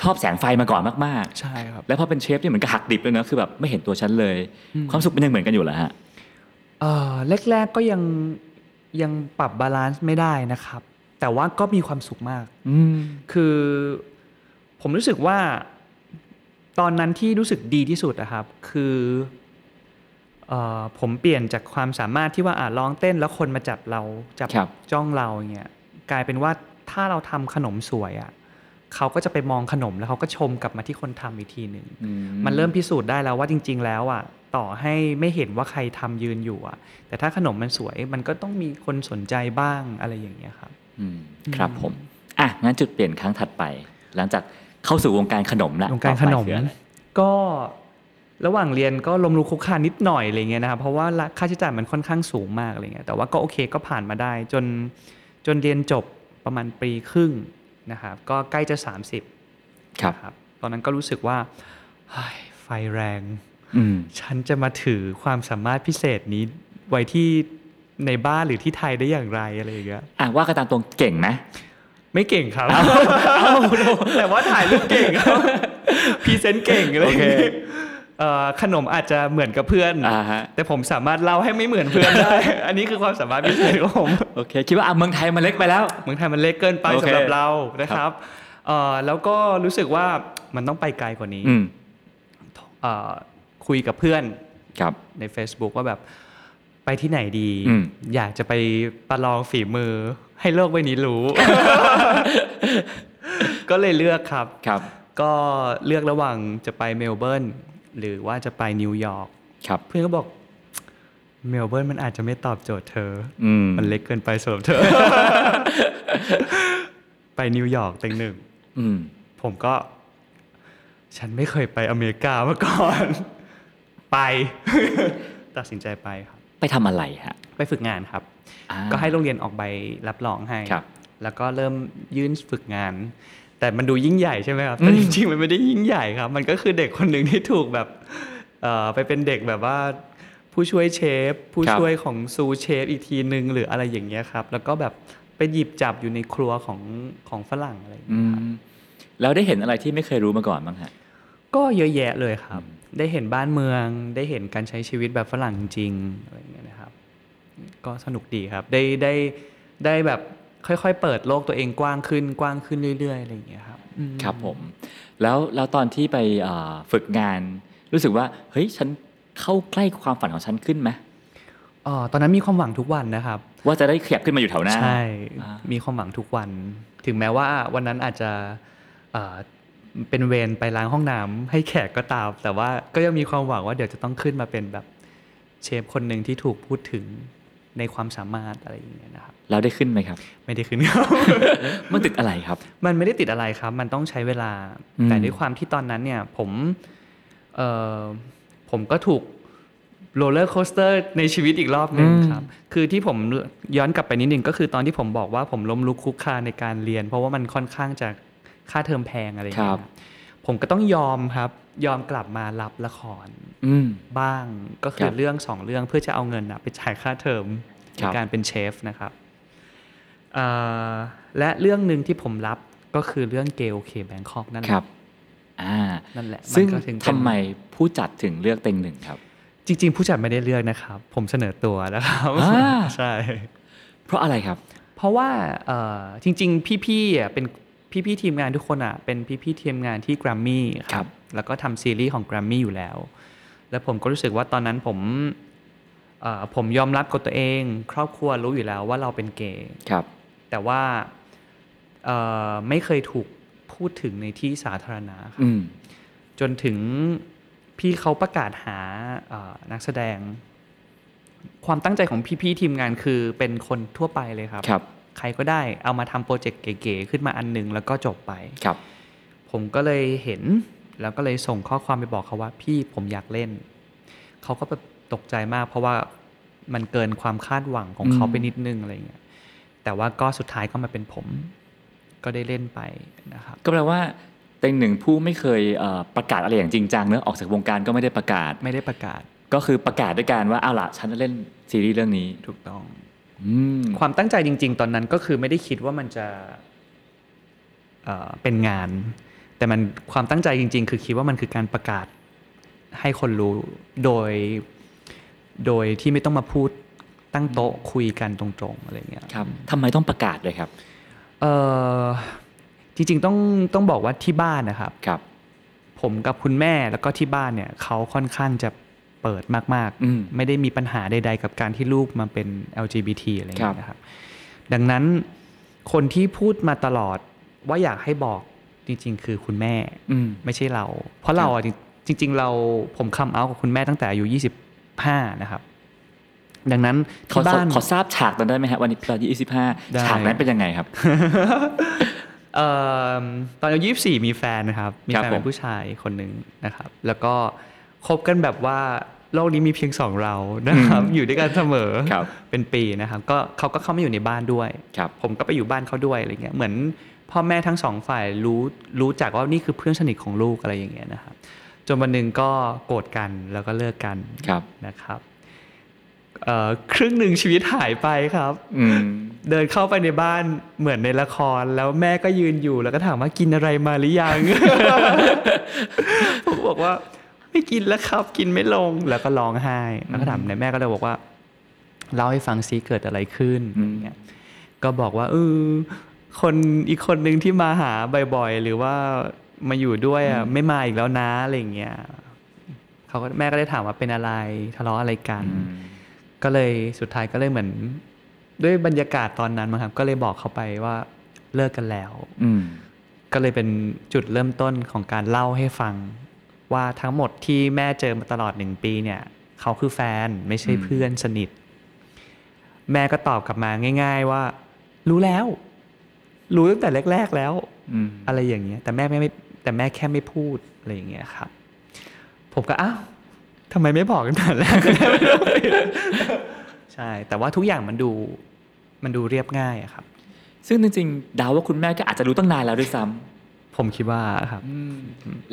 S3: ชอบแสงไฟมาก่อนมาก
S1: ใช่ครับ
S3: ๆ แล้วพอเป็นเชฟเนี่ยเหมือนกับหักดิบเลยนะคือแบบไม่เห็นตัวฉันเลย
S1: อืม
S3: ความสุขมันยังเหมือนกันอยู่เหรอฮะ
S1: เอ่อแรกๆก็ยังยังปรับบาลานซ์ไม่ได้นะครับ แต่ว่าก็มีความสุขมาก
S3: อืม
S1: คือผมรู้สึกว่าตอนนั้นที่รู้สึกดีที่สุดอะครับ คือเออผมเปลี่ยนจากความสามารถที่ว่าอ่ะร้องเต้นแล้วคนมาจับเราจับ
S3: ครับ
S1: จ้องเราอย่างเงี้ยกลายเป็นว่าถ้าเราทำขนมสวยอะเขาก็จะไปมองขนมแล้วเขาก็ชมกลับมาที่คนทำอีกทีหนึ่ง มันเริ่มพิสูจน์ได้แล้วว่าจริง ๆ แล้วอ่ะต่อให้ไม่เห็นว่าใครทำยืนอยู่อ่ะ แต่ถ้าขนมมันสวยมันก็ต้องมีคนสนใจบ้างอะไรอย่างเงี้ยครับ
S3: อืมครับผม อ่ะ งั้นจุดเปลี่ยนครั้งถัดไป หลังจากเข้าสู่วงการขนมละ
S1: วงการขนม
S3: ต่อไปคืออะไร
S1: ก็ระหว่างเรียนก็ลมลุกคลุกคลานนิดหน่อยอะไรเงี้ยนะครับเพราะว่าละค่าใช้จ่ายมันค่อนข้างสูงมากอะไรเงี้ยแต่ว่าก็โอเคก็ผ่านมาได้จนจนเรียนจบประมาณปีครึ่งนะครับก็ใกล้จะ 30
S3: ครับ
S1: ครับตอนนั้นก็รู้สึกว่าเฮ้ยไฟแรง
S3: อืม
S1: ฉันจะมาถือความสามารถพิเศษนี้ไว้ที่ในบ้านหรือที่ไทยได้อย่างไรอะไรอย่างเงี้ย
S3: อ่ะว่ากันตามตรงเก่งไหม
S1: ไม่เก่งครับ แต่ว่าถ่ายรูปเก่งครับ พรีเซนต์เก่งอะไรอย่างเลยเอ่อขนมอาจจะเหมือนกับเพื่อน
S3: อ่าฮะ
S1: แต่ผมสามารถเล่าให้ไม่เหมือนเพื่อนได้ อันนี้คือความสามารถพิเศษของ ผม
S3: โอเค คิดว่าอ่ะเมืองไทยมันเล็กไปแล้ว
S1: เมืองไทยมันเล็กเกินไป
S3: โอเค
S1: สำหรับเรานะครับเอ่อแล้วก็รู้สึกว่ามันต้องไปไกลกว่านี้
S3: อืม
S1: เอ่อคุยกับเพื่อน
S3: ครับ
S1: ใน Facebook ว่าแบบไปที่ไหนดี
S3: อืม
S1: อยากจะไปประลองฝีมือ ให้โลกใบนี้ รู้ ก็เลยเลือกครับ
S3: ครับ
S1: ก็เลือกระหว่างจะไปเมลเบิร์นหรือว่าจะไปนิวยอร์ก
S3: ครับ
S1: เพื่อนก็บอกเมลเบิร์นมันอาจจะไม่ตอบโจทย์เธอ
S3: อืม
S1: มันเล็กเกินไปสำหรับเธอ ไปนิวยอร์กเต็งหนึ่ง
S3: อืม
S1: ผมก็ ฉันไม่เคยไปอเมริกามาก่อน ไป ตัดสินใจไปครับ
S3: ไปทำอะไรฮะ
S1: ไปฝึกงานครับ
S3: อ่า
S1: ก็ให้โรงเรียนออกใบรับรองให้
S3: ครับ
S1: แล้วก็เริ่มยื่นฝึกงาน แต่มันดูยิ่งใหญ่ใช่ไหมครับ แต่จ ริงๆ มันไม่ได้ยิ่งใหญ่ครับ มันก็คือเด็กคนหนึ่งที่ถูกแบบเอ่อไปเป็นเด็กแบบว่าผู้ช่วยเชฟ ผู้
S3: ครับ
S1: ช่วยของซูเชฟอีกทีนึงหรืออะไรอย่างเงี้ยครับ แล้วก็แบบไปหยิบจับอยู่ในครัวของของฝรั่งอะไรอย่าง
S3: อื
S1: เงี้ยครับ
S3: มแล้วได้เห็นอะไรที่ไม่เคยรู้มาก่อนบ้างฮะ
S1: ก็เยอะแยะเลยครับ ได้เห็นบ้านเมือง ได้เห็นการใช้ชีวิตแบบฝรั่งจริงๆอะไรอย่างเงี้ยนะครับ ก็สนุกดีครับ ได้ได้ได้แบบค่อยๆ เปิดโลกตัวเองกว้างขึ้นกว้างขึ้นเรื่อยๆอะไรอย่างเงี้ยครับอืม
S3: ครับผม แล้วแล้วตอนที่ไปเอ่อฝึกงาน รู้สึกว่า เฮ้ย ฉันเข้าใกล้ความฝันของฉันขึ้นไหม
S1: อ๋อตอนนั้นมีความหวังทุกวันนะครับ
S3: ว่าจะได้ขยับขึ้นมาอยู่แถวหน้า
S1: ใช่
S3: อ่ามี
S1: มีความหวังทุกวัน ถึงแม้ว่าวันนั้นอาจจะเอ่อเป็นเวรไปล้างห้องน้ำให้แขกก็ตาม แต่ว่าก็ยังมีความหวังว่าเดี๋ยวจะต้องขึ้นมาเป็นแบบเชฟคนหนึ่งที่ถูกพูดถึงในความสามารถอะไรอย่างเงี้ยนะครับ
S3: แล้วได้ขึ้นไหมครับ
S1: ไม่ได้ขึ้นครับ
S3: มันติดอะไรครับ
S1: มันไม่ได้ติดอะไรครับ มันต้องใช้เวลา
S3: อืม
S1: แต่ด้วยความที่ตอนนั้นเนี่ยผมเอ่อผมก็ถูกโรลเลอร์โคสเตอร์ในชีวิตอีกรอบหนึ่งครับ คือที่ผมย้อนกลับไปนิดนึงก็คือตอนที่ผมบอกว่าผมล้มลุกคลุกคลานในการเรียน เพราะว่ามันค่อนข้างจะค่าเทอมแพงอะไรอย่างเงี้ยผมก็ต้องยอมครับ ยอมกลับมารับละคร
S3: อืม
S1: บ้างก็คื
S3: ครั
S1: อบ เรื่องสองเรื่องเพื่อจะเอาเงินนะไปจ่ายค่าเทอมใน
S3: ครับ
S1: การเป็นเชฟนะครับเอ่อและเรื่องหนึ่งที่ผมรับก็คือเรื่องเกลเคแบงคอกนั่นแห
S3: ครั
S1: ละ
S3: บ อ่า
S1: นั่นแหละมัน
S3: ซึ่ง
S1: ก็ถึเป็น
S3: ทำไมผู้จัดถึงเลือกเต็งหนึ่งครับ
S1: จริง ๆ ผู้จัดไม่ได้เลือกนะครับ ผมเสนอตัวนะครับ
S3: อ่า
S1: ใช่
S3: เพราะอะไรครับ
S1: เพราะว่าเอ่อจริง ๆ พี่ๆอ่ะเป็นพี่ๆทีมงานทุกคนอ่ะเป็นพี่ๆทีมงานที่แกรมมี่ค
S3: ครั
S1: รับบ แล้วก็ทำซีรีส์ของแกรมมี่อยู่แล้ว แล้วผมก็รู้สึกว่าตอนนั้นผมเอ่อผมยอมรับกับตัวเอง ครอบครัวรู้อยู่แล้วว่าเราเป็นเกย์
S3: ครับ
S1: แต่ว่าเอ่อไม่เคยถูกพูดถึงในที่สาธารณะครับ
S3: อืม
S1: จนถึงพี่เขาประกาศหาเอ่อนักแสดง ความตั้งใจของพี่ๆทีมงานคือเป็นคนทั่วไปเลยครับ
S3: ครับ
S1: ใครก็ได้เอามาทำโปรเจกต์เก๋ๆขึ้นมาอันหนึง แล้วก็จบไป
S3: ครับ
S1: ผมก็เลยเห็น แล้วก็เลยส่งข้อความไปบอกเขาว่าพี่ผมอยากเล่น เขาก็แบบตกใจมาก เพราะว่ามันเกินความคาดหวังของเขาไปนิดนึงอะไรเงี้ยแต่ว่าก็สุดท้ายก็มาเป็นผม ก็ได้เล่นไปนะครับ
S3: ก็แปลว่า เต็งหนึ่งผู้ไม่เคยเอ่อประกาศอะไรอย่างจริงจังเนอะออกจากวงการก็ไม่ได้ประกาศ
S1: ไม่ได้ประกาศ
S3: ก็คือประกาศด้วยการว่าเอาล่ะฉันจะเล่นซีรีส์เรื่องนี้
S1: ถูกต้อง
S3: อืม
S1: ความตั้งใจจริง ๆ ตอนนั้นก็คือไม่ได้คิดว่ามันจะเอ่อเป็นงาน แต่มันความตั้งใจจริง ๆ คือคิดว่ามันคือการประกาศให้คนรู้โดย โดยที่ไม่ต้องมาพูดตั้งโต๊ะคุยกันตรงๆอะไรอย่างเงี้ย
S3: ครับทำไมต้องประกาศเลยครับ
S1: เออจริง ๆ ต้องต้องบอกว่าที่บ้านนะครับ
S3: ครับ
S1: ผมกับคุณแม่แล้วก็ที่บ้านเนี่ยเขาค่อนข้างจะเปิดมาก
S3: อืม
S1: ไม่ได้มีปัญหาใด ๆ กับการที่ลูกมาเป็น LGBT อะไรอย่าง
S3: ครั
S1: เงี้ย
S3: บ
S1: นะครับ ดังนั้นคนที่พูดมาตลอดว่าอยากให้บอกจริง ๆ คือคุณแม่
S3: อืม
S1: ไม่ใช่เรา เพราะเราอะจริง ๆ เราผมคัมเอากับคุณแม่ตั้งแต่อายุ25 นะครับ ดังนั้น
S3: ขอ
S1: ที่บ้าน
S3: ขอทราบฉากตอนได้ไหมฮะวันนี้ตอนยี่สิบห้า
S1: ได้
S3: ฉากนั้นเป็นยังไงครับ
S1: เอ่อตอนอายุยี่สี่มีแฟนนะครับ มี
S3: ครับ
S1: แฟน
S3: ผม
S1: เป็นผู้ชายคนหนึ่งนะครับ แล้วก็คบกันแบบว่าโลกนี้มีเพียงสองเรานะครับ อยู่ด้วยกันเสมอ
S3: ครับ
S1: เป็นปีนะครับ ก็เขาก็เข้ามาอยู่ในบ้านด้วย
S3: ครับ
S1: ผมก็ไปอยู่บ้านเขาด้วยอะไรเงี้ยเหมือนพ่อแม่ทั้งสองฝ่ายรู้รู้จักว่านี่คือเพื่อนสนิทของลูกอะไรอย่างเงี้ยนะครับ จนวันหนึ่งก็โกรธกันแล้วก็เลิกกัน
S3: ครับ
S1: นะครับเอ่อครึ่งหนึ่งชีวิตหายไปครับ
S3: อืม
S1: เดินเข้าไปในบ้านเหมือนในละครแล้วแม่ก็ยืนอยู่แล้วก็ถามว่ากินอะไรมาห รือยัง ผมบอกว่า ไม่กินแล้วครับ กินไม่ลงแล้วก็ร้องไห้แล้วก็ถามในแม่ก็เลยบอกว่าเล่าให้ฟังซิเกิดอะไรขึ้นอะไรเงี้ยก็บอกว่าเออคนอีกคนหนึ่งที่มาหาบ่อยๆหรือว่ามาอยู่ด้วยอ่ะไม่มาอีกแล้วนะอะไรเงี้ยเขาก็แม่ก็ได้ถามว่าเป็นอะไรทะเลาะอะไรกัน ก็เลยสุดท้ายก็เลยเหมือน ด้วยบรรยากาศตอนนั้นมั้งครับ ก็เลยบอกเขาไปว่าเลิกกันแล้ว
S3: อืม
S1: ก็เลยเป็นจุดเริ่มต้นของการเล่าให้ฟัง ว่าทั้งหมดที่แม่เจอมาตลอดหนึ่งปีเนี่ย เขาคือแฟนไม่ใช่
S3: อืม
S1: เพื่อนสนิท แม่ก็ตอบกลับมาง่าย ๆ ว่า รู้แล้ว รู้ตั้งแต่แรก ๆ แล้ว
S3: อืม
S1: อะไรอย่างเงี้ยแต่แม่ไม่ไม่ แต่แม่แค่ไม่พูดอะไรอย่างเงี้ยครับ ผมก็อ้าวทำไมไม่บอกกันแต่แรก ใช่ แต่ว่าทุกอย่างมันดูมันดูเรียบง่ายอะครับ
S3: ซึ่งจริงๆเดาว่าคุณแม่ก็อาจจะรู้ตั้งนานแล้วด้วยซ้ำ
S1: ผมคิดว่าครับ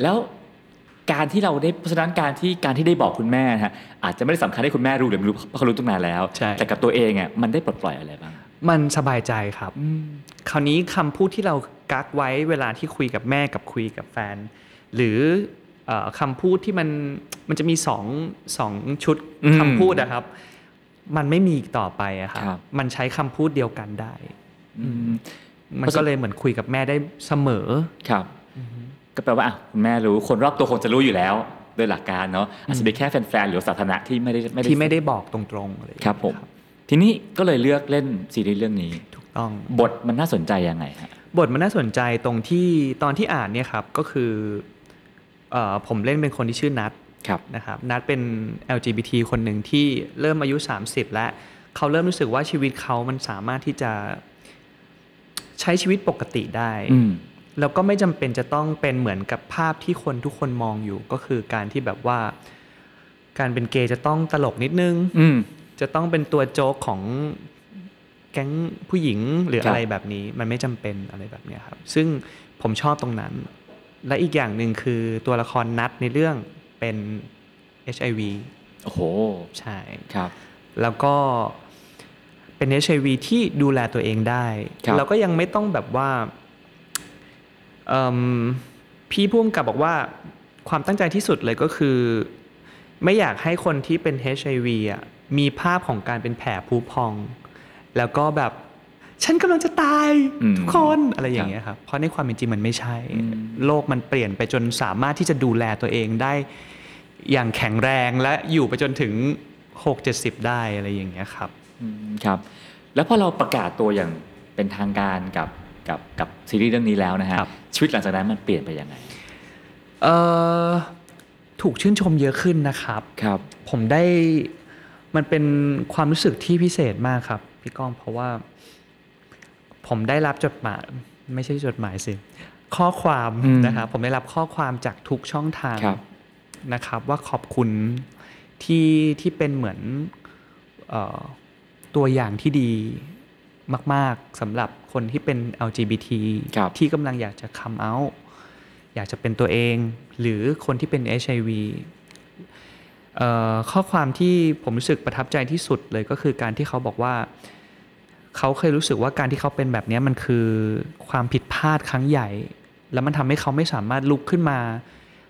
S3: แล้วการที่เราได้เพราะฉะนั้นการที่การที่ได้บอกคุณแม่นะฮะอาจจะไม่ได้สำคัญให้คุณแม่รู้หรือไม่รู้เพราะเขารู้ตั้งนานแล้ว
S1: ใช่
S3: แต่กับตัวเองอ่ะมันได้ปลดปล่อยอะไรบ้าง
S1: มันสบายใจครับ คราวนี้คำพูดที่เรากักไว้เวลาที่คุยกับแม่กับคุยกับแฟน หรือเออคำพูดที่มันมันจะมีสองสองชุดคำพูดนะครับ มันไม่มีอีกต่อไปอะครับมันใช้คำพูดเดียวกันได้
S3: อืม
S1: มันก็เลยเหมือนคุยกับแม่ได้เสมอ
S3: ครับ ก็แปลว่าอ่ะคุณแม่รู้คนรอบตัวคงจะรู้อยู่แล้ว โดยหลักการเนาะอาจจะเป็นแค่แฟนๆหรือสาธารณะที่ไม่ได้ไม่ได้
S1: ที่ไม่ได้บอกตรงๆอะไรอย่าง
S3: ค
S1: เงี้ย
S3: รับผมทีนี้ก็เลยเลือกเล่นซีรีส์เรื่องนี้
S1: ถูกต้อง
S3: บทมันน่าสนใจยังไงฮะ
S1: บทมันน่าสนใจตรงที่ตอนที่อ่านเนี่ยครับก็คือเออผมเล่นเป็นคนที่ชื่อนัท
S3: ครับ
S1: นะครับนัดเป็น LGBT คนหนึ่งที่เริ่มอายุ 30 แล้วเขาเริ่มรู้สึกว่าชีวิตเขามันสามารถที่จะใช้ชีวิตปกติได้
S3: อืม
S1: แล้วก็ไม่จำเป็นจะต้องเป็นเหมือนกับภาพที่คนทุกคนมองอยู่ก็คือการที่แบบว่า การเป็นเกย์จะต้องตลกนิดนึง
S3: อืม
S1: จะต้องเป็นตัวโจ๊กของแก๊งผู้หญิงหรือ
S3: ครับ
S1: อะไรแบบนี้ มันไม่จำเป็นอะไรแบบเนี้ยครับ ซึ่งผมชอบตรงนั้น และอีกอย่างหนึ่งคือตัวละครนัดในเรื่องเป็น HIV
S3: โอ้โห
S1: ใช่
S3: ครับ
S1: แล้วก็เป็น HIV ที่ดูแลตัวเองได้
S3: ครับ
S1: แล้วก็ยังไม่ต้องแบบว่าเอิ่มพี่พุ่มกับบอกว่าความตั้งใจที่สุดเลยก็คือ ไม่อยากให้คนที่เป็น HIV อ่ะมีภาพของการเป็นแผลผุพอง แล้วก็แบบ ฉันกำลังจะตาย
S3: อืม
S1: ทุกคนอะไรอย่างเงี้ยครับ เพราะในความเป็นจริงมันไม่ใช่ โลกมันเปลี่ยนไปจนสามารถที่จะดูแลตัวเองได้ อย่างแข็งแรงและอยู่ไปจนถึง 6 70 ได้อะไรอย่างเงี้ยครับ
S3: อืมครับ แล้วพอเราประกาศตัวอย่างเป็นทางการกับกับกับซีรีส์เรื่องนี้แล้วนะฮะ
S1: ครับ
S3: ชีวิตหลังจากนั้นมันเปลี่ยนไปยังไง
S1: เอ่อถูกชื่นชมเยอะขึ้นนะครับ
S3: ครับ
S1: ผมได้มันเป็นความรู้สึกที่พิเศษมากครับ พี่ก้องเพราะว่า ผมได้รับจดหมายไม่ใช่จดหมายสิ ข้อความ
S3: อืม
S1: นะครับผมได้รับข้อความจากทุกช่องทาง
S3: ครับ
S1: นะครับ ว่าขอบคุณที่ที่เป็นเหมือนเออตัวอย่างที่ดีมาก ๆสำหรับคนที่เป็น LGBT ที่กำลังอยากจะ come out อยากจะเป็นตัวเอง หรือคนที่เป็น HIV เอ่อข้อความที่ผมรู้สึกประทับใจที่สุดเลยก็คือการที่เขาบอกว่า เขาเคยรู้สึกว่าการที่เขาเป็นแบบเนี้ยมันคือความผิดพลาดครั้งใหญ่ แล้วมันทำให้เขาไม่สามารถลุกขึ้นมา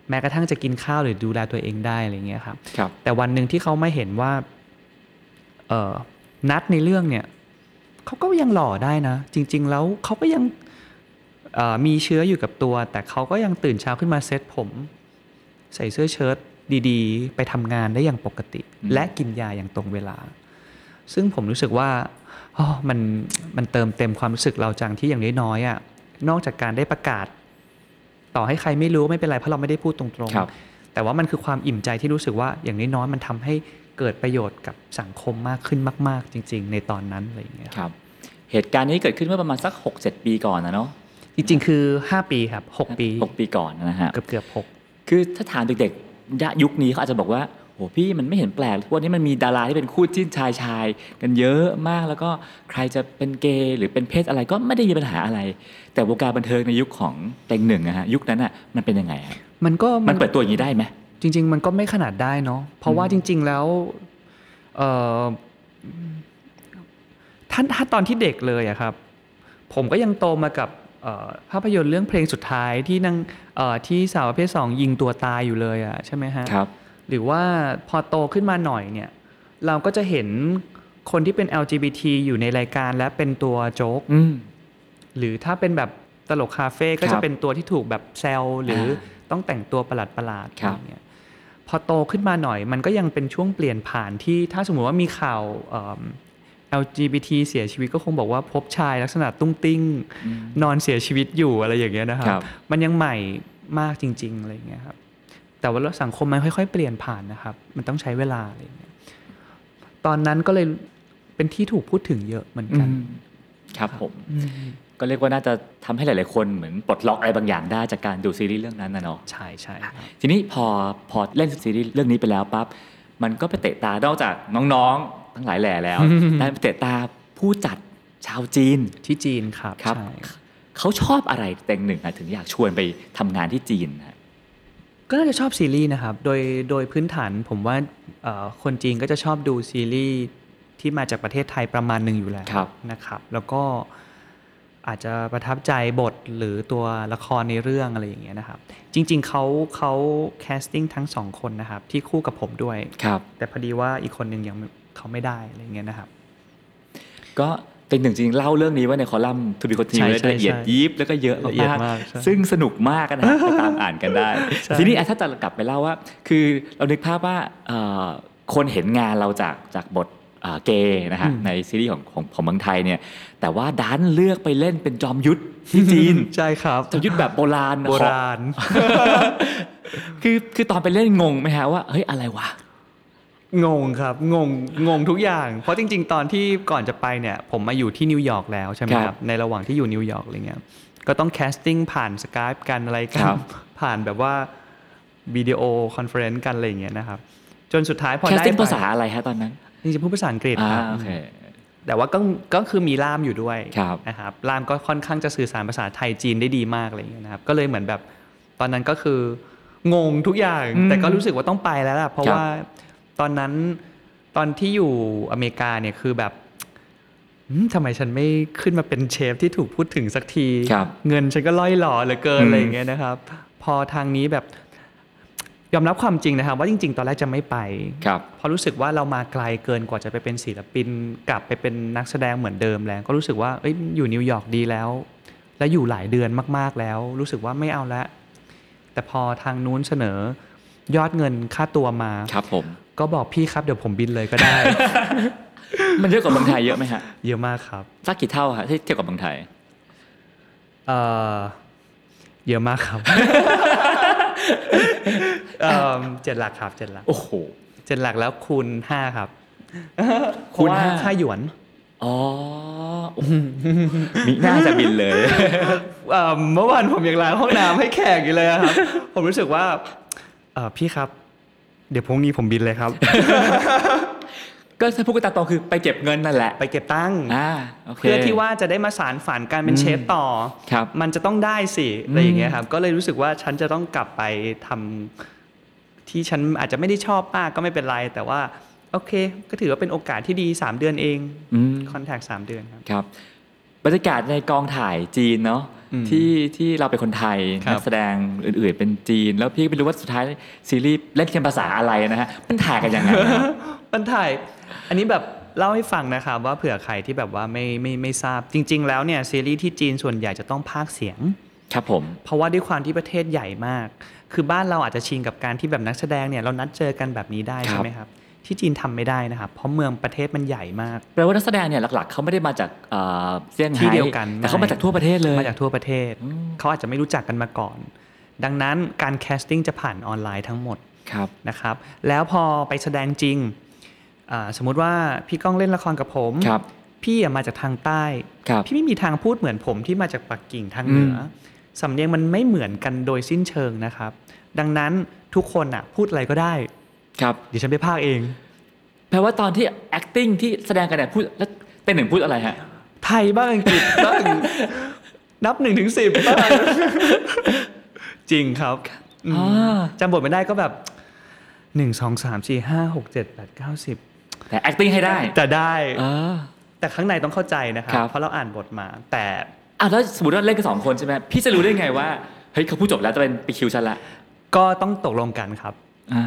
S1: แม้กระทั่งจะกินข้าวหรือดูแลตัวเองได้อะไรเงี้ยครับ
S3: ครับ
S1: แต่วันหนึ่งที่เขาไม่เห็นว่าเออนัดในเรื่องเนี่ยเขาก็ยังหล่อได้นะ จริง ๆ แล้วเขาก็ยังเอ่อมีเชื้ออยู่กับตัว แต่เขาก็ยังตื่นเช้าขึ้นมาเซ็ตผม ใส่เสื้อเชิ้ตดีๆ ไปทำงานได้อย่างปกติ
S3: อืม
S1: และกินยาอย่างตรงเวลา ซึ่งผมรู้สึกว่าอ๋อมันมันเติมเต็มความรู้สึกเราจังที่อย่างน้อยๆอ่ะนอกจากการได้ประกาศ ต่อให้ใครไม่รู้ไม่เป็นไรเพราะเราไม่ได้พูดตรง
S3: ครับ
S1: ๆ แต่ว่ามันคือความอิ่มใจที่รู้สึกว่าอย่างน้อยๆมันทำให้เกิดประโยชน์กับสังคมมากขึ้นมาก ๆ จริง ๆ ในตอนนั้นอะไรอย่างเงี้ยครับ
S3: ครับ เหตุการณ์นี้เกิดขึ้นเมื่อประมาณสัก 6-7 ปีก่อนนะเนาะ
S1: จริง ๆ คือ 5 ปีครับ 6 ปี
S3: หกปีก่อนนะฮะ
S1: เกือบเกือบหก
S3: คือถ้าถามเด็กๆยะยุคนี้เขาอาจจะบอกว่าโหพี่มันไม่เห็นแปลกทุกวันนี้มันมีดาราที่เป็นคู่จิ้นชายชายกันเยอะมากแล้วก็ใครจะเป็นเกย์หรือเป็นเพศอะไรก็ไม่ได้มีปัญหาอะไร แต่วงการบันเทิงในยุคของเต็งหนึ่งนะฮะยุคนั้นอ่ะมันเป็นยังไงฮะ
S1: มันก็
S3: มันเปิดตัวอย่างนี้ได้ไหม
S1: จริง ๆ มันก็ไม่ขนาดได้เนาะเพราะว่าจริง ๆ แล้วเอ่อท่านถ้าตอนที่เด็กเลยอะครับ ผมก็ยังโตมากับเอ่อภาพยนตร์เรื่องเพลงสุดท้ายที่นางเอ่อที่สาวประเภทสองยิงตัวตายอยู่เลยอะใช่ไหมฮะ
S3: ครับ
S1: หรือว่าพอโตขึ้นมาหน่อยเนี่ยเราก็จะเห็นคนที่เป็น LGBT อยู่ในรายการและเป็นตัวโจ๊ก
S3: อืม
S1: หรือถ้าเป็นแบบตลกคาเฟ่ก็
S3: ครั
S1: จะ
S3: บ
S1: เป็นตัวที่ถูกแบบแซลหรืออา ต้องแต่งตัวประหลาดประหลาดๆ
S3: ครั
S1: อะ
S3: บ
S1: ไรเงี้ยพอโตขึ้นมาหน่อย มันก็ยังเป็นช่วงเปลี่ยนผ่านที่ถ้าสมมุติว่ามีข่าวเอิ่ม LGBT เสียชีวิตก็คงบอกว่าพบชายลักษณะตุ้งติ้ง
S3: อืม
S1: นอนเสียชีวิตอยู่อะไรอย่างเงี้ยนะครับ
S3: ครับ
S1: มันยังใหม่มากจริง ๆ อะไรอย่างเงี้ยครับ แต่ว่าสังคมมันค่อย ๆ เปลี่ยนผ่านนะครับ มันต้องใช้เวลาอะไรอย่างเงี้ย ตอนนั้นก็เลยเป็นที่ถูกพูดถึงเยอะเหมือน
S3: อื
S1: กัน
S3: มครับผม ก็เรียกว่าน่าจะทำให้หลาย ๆ คนเหมือนปลดล็อกอะไรบางอย่างได้จากการดูซีรีส์เรื่องนั้นนะเนาะ
S1: ใช่ใช่ครับ
S3: ทีนี้พอพอเล่นซีรีส์เรื่องนี้ไปแล้วปั๊บมันก็ไปเตะตานอกจากน้องๆ ทั้งหลายแหล่แล้ว ได้ไปเตะตาผู้จัดชาวจีน
S1: ที่จีนครับ
S3: ครับ
S1: ใช่
S3: เขาชอบอะไรเต็งหนึ่งอะถึงอยากชวนไปทำงานที่จีนฮะ
S1: ก็น่าจะชอบซีรีส์นะครับ โดยโดยพื้นฐานผมว่าเอ่อคนจีนก็จะชอบดูซีรีส์ที่มาจากประเทศไทยประมาณหนึ่งอยู่แล้ว
S3: ครับ
S1: นะครับแล้วก็อาจจะประทับใจบทหรือตัวละครในเรื่องอะไรอย่างเงี้ยนะครับ จริง ๆเขาเขาแคสติ้งทั้งสองคนนะครับ ที่คู่กับผมด้วย
S3: ครับ
S1: แต่พอดีว่าอีกคนหนึ่งยังไม่เขาไม่ได้อะไรอย่างเงี้ยนะครับ
S3: ก็เต็งหนึ่งจริงๆเล่าเรื่องนี้ไว่าในคอลัมน์ทูบีคอนที
S1: ใช่ใช่
S3: ละเอียด
S1: ใช่
S3: ยิบแล้วก็เยอะ
S1: ละเอียด
S3: มาก
S1: มากใช่
S3: ซึ่งสนุกมากนะฮะไปตามอ่านกันได้
S1: ใช่
S3: ทีนี้อ่ะถ้าจะกลับไปเล่าว่า คือเรานึกภาพว่าเอ่อคนเห็นงานเราจากจากบทเอ่อเกย์นะฮะในซีรีส์ของของของเมืองไทยเนี่ยแต่ว่าดันเลือกไปเล่นเป็นจอมยุทธที่จี น
S1: ใช่ครับ
S3: จอมยุทธแบบโบราณ
S1: โบราณ
S3: คือคือตอนไปเล่นงงไหมฮะว่าเฮ้ยอะไรวะ
S1: งงครับ งงงงทุกอย่าง เพราะจริง ๆ ตอนที่ก่อนจะไปเนี่ย ผมมาอยู่ที่นิวยอร์กแล้วใช่ไหม
S3: ครับ
S1: ครับ ในระหว่างที่อยู่นิวยอร์กอะไรเงี้ยก็ต้องแคสติ้งผ่านสกายกันอะไรกั
S3: คน รับ
S1: ผ่านแบบว่าวิดีโอคอนเฟอเรนซ์กันอะไรอย่างเงี้ยนะครับ จนสุดท้ายพอ
S3: แคส
S1: ได้
S3: ติ้ง
S1: ไป
S3: ภาษาอะไรฮะตอนนั้น
S1: จริงๆพูดภาษาอังกฤษ
S3: อ่า
S1: ครับ
S3: โอเค
S1: แต่ว่าก็ก็คือมีล่ามอยู่ด้วย
S3: ครับ
S1: นะครับล่ามก็ค่อนข้างจะสื่อสารภาษาไทยจีนได้ดีมากอะไรอย่างเงี้ยนะครับก็เลยเหมือนแบบตอนนั้นก็คืองงทุกอย่าง
S3: อืม
S1: แต่ก็รู้สึกว่าต้องไปแล้วล่ะเพราะ
S3: ครับ
S1: ว่าตอนนั้นตอนที่อยู่อเมริกาเนี่ยคือแบบหืมทำไมฉันไม่ขึ้นมาเป็นเชฟที่ถูกพูดถึงสักที
S3: ครับ
S1: เงินฉันก็ล่อยหล่อเหลือเกิน
S3: อืม
S1: อะไรอย่างเงี้ยนะครับ พอทางนี้แบบยอมรับความจริงนะครับ ว่าจริง ๆ ตอนแรกจะไม่ไป
S3: ครับ
S1: พอรู้สึกว่าเรามาไกลเกินกว่าจะไปเป็นศิลปิน กลับไปเป็นนักแสดงเหมือนเดิมแล้ว ก็รู้สึกว่าเอ้ยอยู่นิวยอร์กดีแล้ว และอยู่หลายเดือนมากๆแล้ว รู้สึกว่าไม่เอาละแต่พอทางนู้นเสนอยอดเงินค่าตัวมา
S3: ครับผม
S1: ก็บอกพี่ครับเดี๋ยวผมบินเลยก็ได้
S3: มันเยอะกว่าเมืองไทยเยอะไหมฮะ
S1: เยอะมากครับ
S3: สักกี่เท่าฮะที่เทียบกับเมืองไทย
S1: เอ่อเยอะมากครับ เอิ่มเจ็ดหลักครับเจ็ดหลัก
S3: โอ้โห
S1: เจ็ดหลักแล้วคูณห้าครับ
S3: คูณ
S1: เพ
S3: ห้า
S1: ระว่ค่าหยวน
S3: อ๋อโอ้โหมีน่าจะบินเลย
S1: เอ่อเมื่อวานผมยังล้างห้องน้ำให้แขกอยู่เลย อะครับ ผมรู้สึกว่าเอ่อพี่ครับ เดี๋ยวพรุ่งนี้ผมบินเลยครับ
S3: ก็ถ้าพูดกันตามตรงคือไปเก็บเงินนั่นแหละ
S1: ไปเก็บตังค์
S3: อ่าโอเค
S1: เพื่อที่ว่าจะได้มาสารฝันการเป็นเชฟต่อ
S3: ครับ
S1: มันจะต้องได้สิอะไรอย่างเงี้ยครับ ก็เลยรู้สึกว่าฉันจะต้องกลับไปทำที่ฉันอาจจะไม่ได้ชอบมากก็ไม่เป็นไร แต่ว่าโอเค ก็ถือว่าเป็นโอกาสที่ดี 3 เดือนเอง
S3: อืม
S1: คอนแทคสามเดือนครับ
S3: ครับ บรรยากาศในกองถ่ายจีนเนาะ
S1: อืม
S3: ที่ที่เราเป็นคนไทย
S1: ครับ
S3: นักแสดงอื่นๆเป็นจีน แล้วพี่ก็ไม่รู้ว่าสุดท้ายซีรีส์เล่นกันภาษาอะไรนะฮะมันถ่ายกันยังไง นะ
S1: มันถ่ายอันนี้แบบเล่าให้ฟังนะครับว่าเผื่อใครที่แบบว่าไม่ไม่ไม่ทราบจริง ๆ แล้วเนี่ยซีรีส์ที่จีนส่วนใหญ่จะต้องพากย์เสียง
S3: ครับผม
S1: เพราะว่าด้วยความที่ประเทศใหญ่มาก คือบ้านเราอาจจะชินกับการที่แบบนักแสดงเนี่ยเรานัดเจอกันแบบนี้ได้
S3: ครับ
S1: ใช่ไหมครับที่จีนทำไม่ได้นะครับ เพราะเมืองประเทศมันใหญ่มาก
S3: แปลว่านักแสดงเนี่ยหลักๆเขาไม่ได้มาจากเอ่อเซี่ยงไฮ้
S1: ที่เดียวกัน
S3: แต่เขามาจากทั่วประเทศเลย
S1: มาจากทั่วประเทศ เขาอาจจะไม่รู้จักกันมาก่อน ดังนั้นการแคสติ้งจะผ่านออนไลน์ทั้งหมด
S3: ครับ
S1: นะครับแล้วพอไปแสดงจริงอ่าสมมุติว่าพี่ก้องเล่นละครกับผม
S3: ครับ
S1: พี่อะมาจากทางใต้
S3: ครับ
S1: พี่ไม่มีทางพูดเหมือนผมที่มาจากปักกิ่งทางเหนืออสำเนียงมันไม่เหมือนกันโดยสิ้นเชิงนะครับ ดังนั้นทุกคนอ่ะพูดอะไรก็ได้
S3: ครับ
S1: เดี๋ยวฉันไปพากย์เอง
S3: แปลว่าตอนที่ acting ที่แสดงกันเนี่ยพูดแล้วเต้นหนึ่งพูดอะไรฮะ
S1: ไทยบ้างอังกฤษบ้างนับหนึ่งถึงสิบบ้างจริงครับอืม
S3: อ่า
S1: จำบทไม่ได้ก็แบบหนึ่งสองสามสี่ห้าหกเจ็ดแปดเก้าสิบ
S3: แต่ acting ให้ได้
S1: แต่ได้
S3: อ่า
S1: แต่ข้างในต้องเข้าใจนะครั
S3: ครับ บ
S1: เพราะเราอ่านบทมา แต่
S3: อ่ะแล้วสมมติว่าเล่นกันสองคนใช่ไหมพี่จะรู้ได้ไงว่าเฮ้ยเขาพูดจบแล้วจะเป็นไปคิวฉันละ
S1: ก็ต้องตกลงกันครับ
S3: อ่า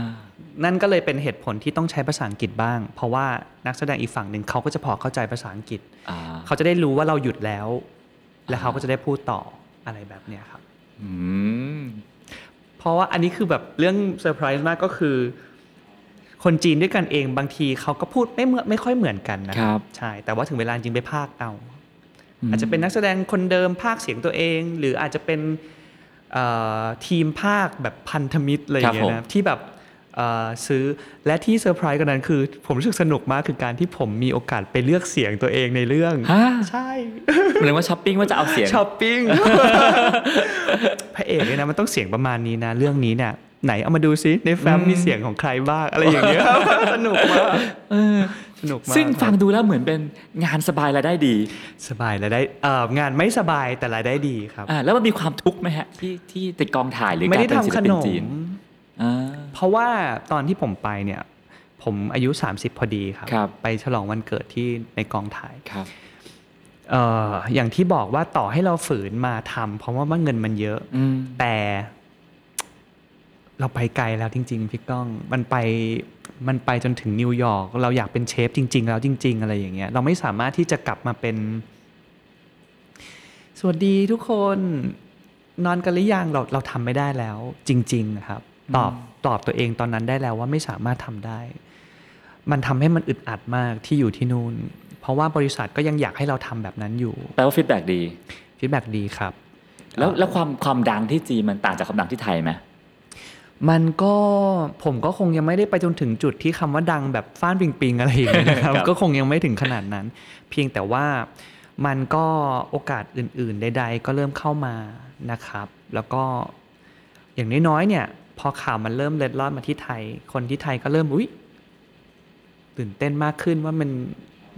S1: นั่นก็เลยเป็นเหตุผลที่ต้องใช้ภาษาอังกฤษบ้าง เพราะว่านักแสดงอีกฝั่งหนึ่งเขาก็จะพอเข้าใจภาษาอังกฤษ
S3: อ่า
S1: เขาจะได้รู้ว่าเราหยุดแล้ว และเขาก็จะได้พูดต่ออะไรแบบเนี้ยครับ
S3: อืม
S1: เพราะว่าอันนี้คือแบบเรื่องเซอร์ไพรส์มากก็คือ คนจีนด้วยกันเองบางทีเขาก็พูดไม่เหมือนไม่ค่อยเหมือนกันนะครับ ใช่แต่ว่าถึงเวลาจริงไปพากย์เอา
S3: อืม
S1: อาจจะเป็นนักแสดงคนเดิมพากย์เสียงตัวเอง หรืออาจจะเป็นเอ่อทีมพากย์แบบพันธมิตรเลยอย่างเงี้ย
S3: ครับ
S1: นะ
S3: ผม
S1: ที่แบบ เอ่อซื้อและที่เซอร์ไพรส์กว่านั้นคือ ผมรู้สึกสนุกมากคือการที่ผมมีโอกาสไปเลือกเสียงตัวเองในเรื่อง
S3: ฮะ
S1: ใช่
S3: หมายถึงว่าช้อปปิ้งว่าจะเอาเสียง
S1: ช้อปปิ้ง พระเอกเนี่ยนะมันต้องเสียงประมาณนี้นะ เรื่องนี้เนี่ยไหนเอามาดูซิในแฟ้มมีเสียงของใครบ้างอะไรอย่างเงี้ ย สนุกมากสนุกมาก
S3: ซึ่งฟังดูแล้วเหมือนเป็นงานสบายรายได้ดี
S1: สบายรายได้เอ่องานไม่สบายแต่รายได้ดีครับ
S3: อ่าแล้วมันมีความทุกข์ไหมฮะ ที่ที่ติดกองถ่ายหรือ
S1: ไม่
S3: การ
S1: ได้
S3: เป็นศิ
S1: ทำข
S3: ลปิ
S1: น
S3: น
S1: ม
S3: จีนอ่า
S1: เพราะว่าตอนที่ผมไปเนี่ย ผมอายุ 30 พอดีครับ
S3: ครับ
S1: ไปฉลองวันเกิดที่ในกองถ่าย
S3: ครับ
S1: เอ่ออย่างที่บอกว่าต่อให้เราฝืนมาทำเพราะว่าเงินมันเยอะ
S3: อืม
S1: แต่ เราไปไกลแล้วจริง ๆ พี่ก้องมันไปมันไปจนถึงนิวยอร์กเราอยากเป็นเชฟจริง ๆ แล้วจริง ๆ อะไรอย่างเงี้ย เราไม่สามารถที่จะกลับมาเป็น สวัสดีทุกคนนอนกันหรือยังเราเราทำไม่ได้แล้ว จริง ๆ ครับ ตอบตอบตัวเองตอนนั้นได้แล้วว่าไม่สามารถทำได้ มันทำให้มันอึดอัดมากที่อยู่ที่นู่น เพราะว่าบริษัทก็ยังอยากให้เราทำแบบนั้นอยู่
S3: แปลว่าฟีดแบ็ดี
S1: ฟีดแบ็ดีครับ
S3: แล้วแล้วความความดังที่จีนมันต่างจากความดังที่ไทยไหม
S1: มันก็ผมก็คงยังไม่ได้ไปจนถึงจุดที่คำว่าดังแบบฟ้านปิงปิงอะไรอย่างเงี้ยนะครับ
S3: ครับ
S1: ก็คงยังไม่ถึงขนาดนั้น เพียงแต่ว่ามันก็โอกาสอื่น ๆ ใด ๆ ก็เริ่มเข้ามานะครับ แล้วก็อย่างน้อยๆเนี่ย พอข่าวมันเริ่มเล็ดลอดมาที่ไทย คนที่ไทยก็เริ่มอุ๊ยตื่นเต้นมากขึ้นว่ามัน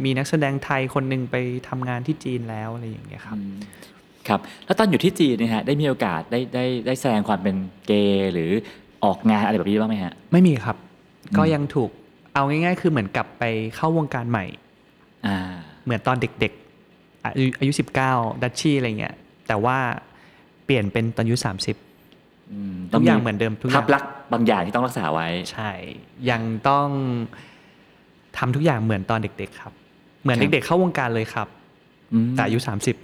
S1: มีนักแสดงไทยคนหนึ่งไปทำงานที่จีนแล้วอะไรอย่างเงี้ยครับ
S3: ครับ แล้วตอนอยู่ที่จีนเนี่ยฮะได้มีโอกาสได้ได้ได้แสดงความเป็นเกย์หรือออกงานอะไรแบบนี้บ้างไหมฮะ
S1: ไม่มีครับ ก็ยังถูกเอาง่าย ๆ คือเหมือนกลับไปเข้าวงการใหม่
S3: อ่า
S1: เหมือนตอนเด็กๆ อายุอายุสิบเก้าดัชชี่อะไรเงี้ย แต่ว่าเปลี่ยนเป็นตอนอายุสามสิบ
S3: อืม
S1: ทุกอย่างเหมือนเดิมทุกอย่าง
S3: ภาพลักษณ์บางอย่างที่ต้องรักษาไว้
S1: ใช่ ยังต้องทำทุกอย่างเหมือนตอนเด็กๆครับ เหมือน
S3: ครับ
S1: เด็กๆ เข้าวงการเลยครับ
S3: อืม
S1: แต่อายุสามสิบ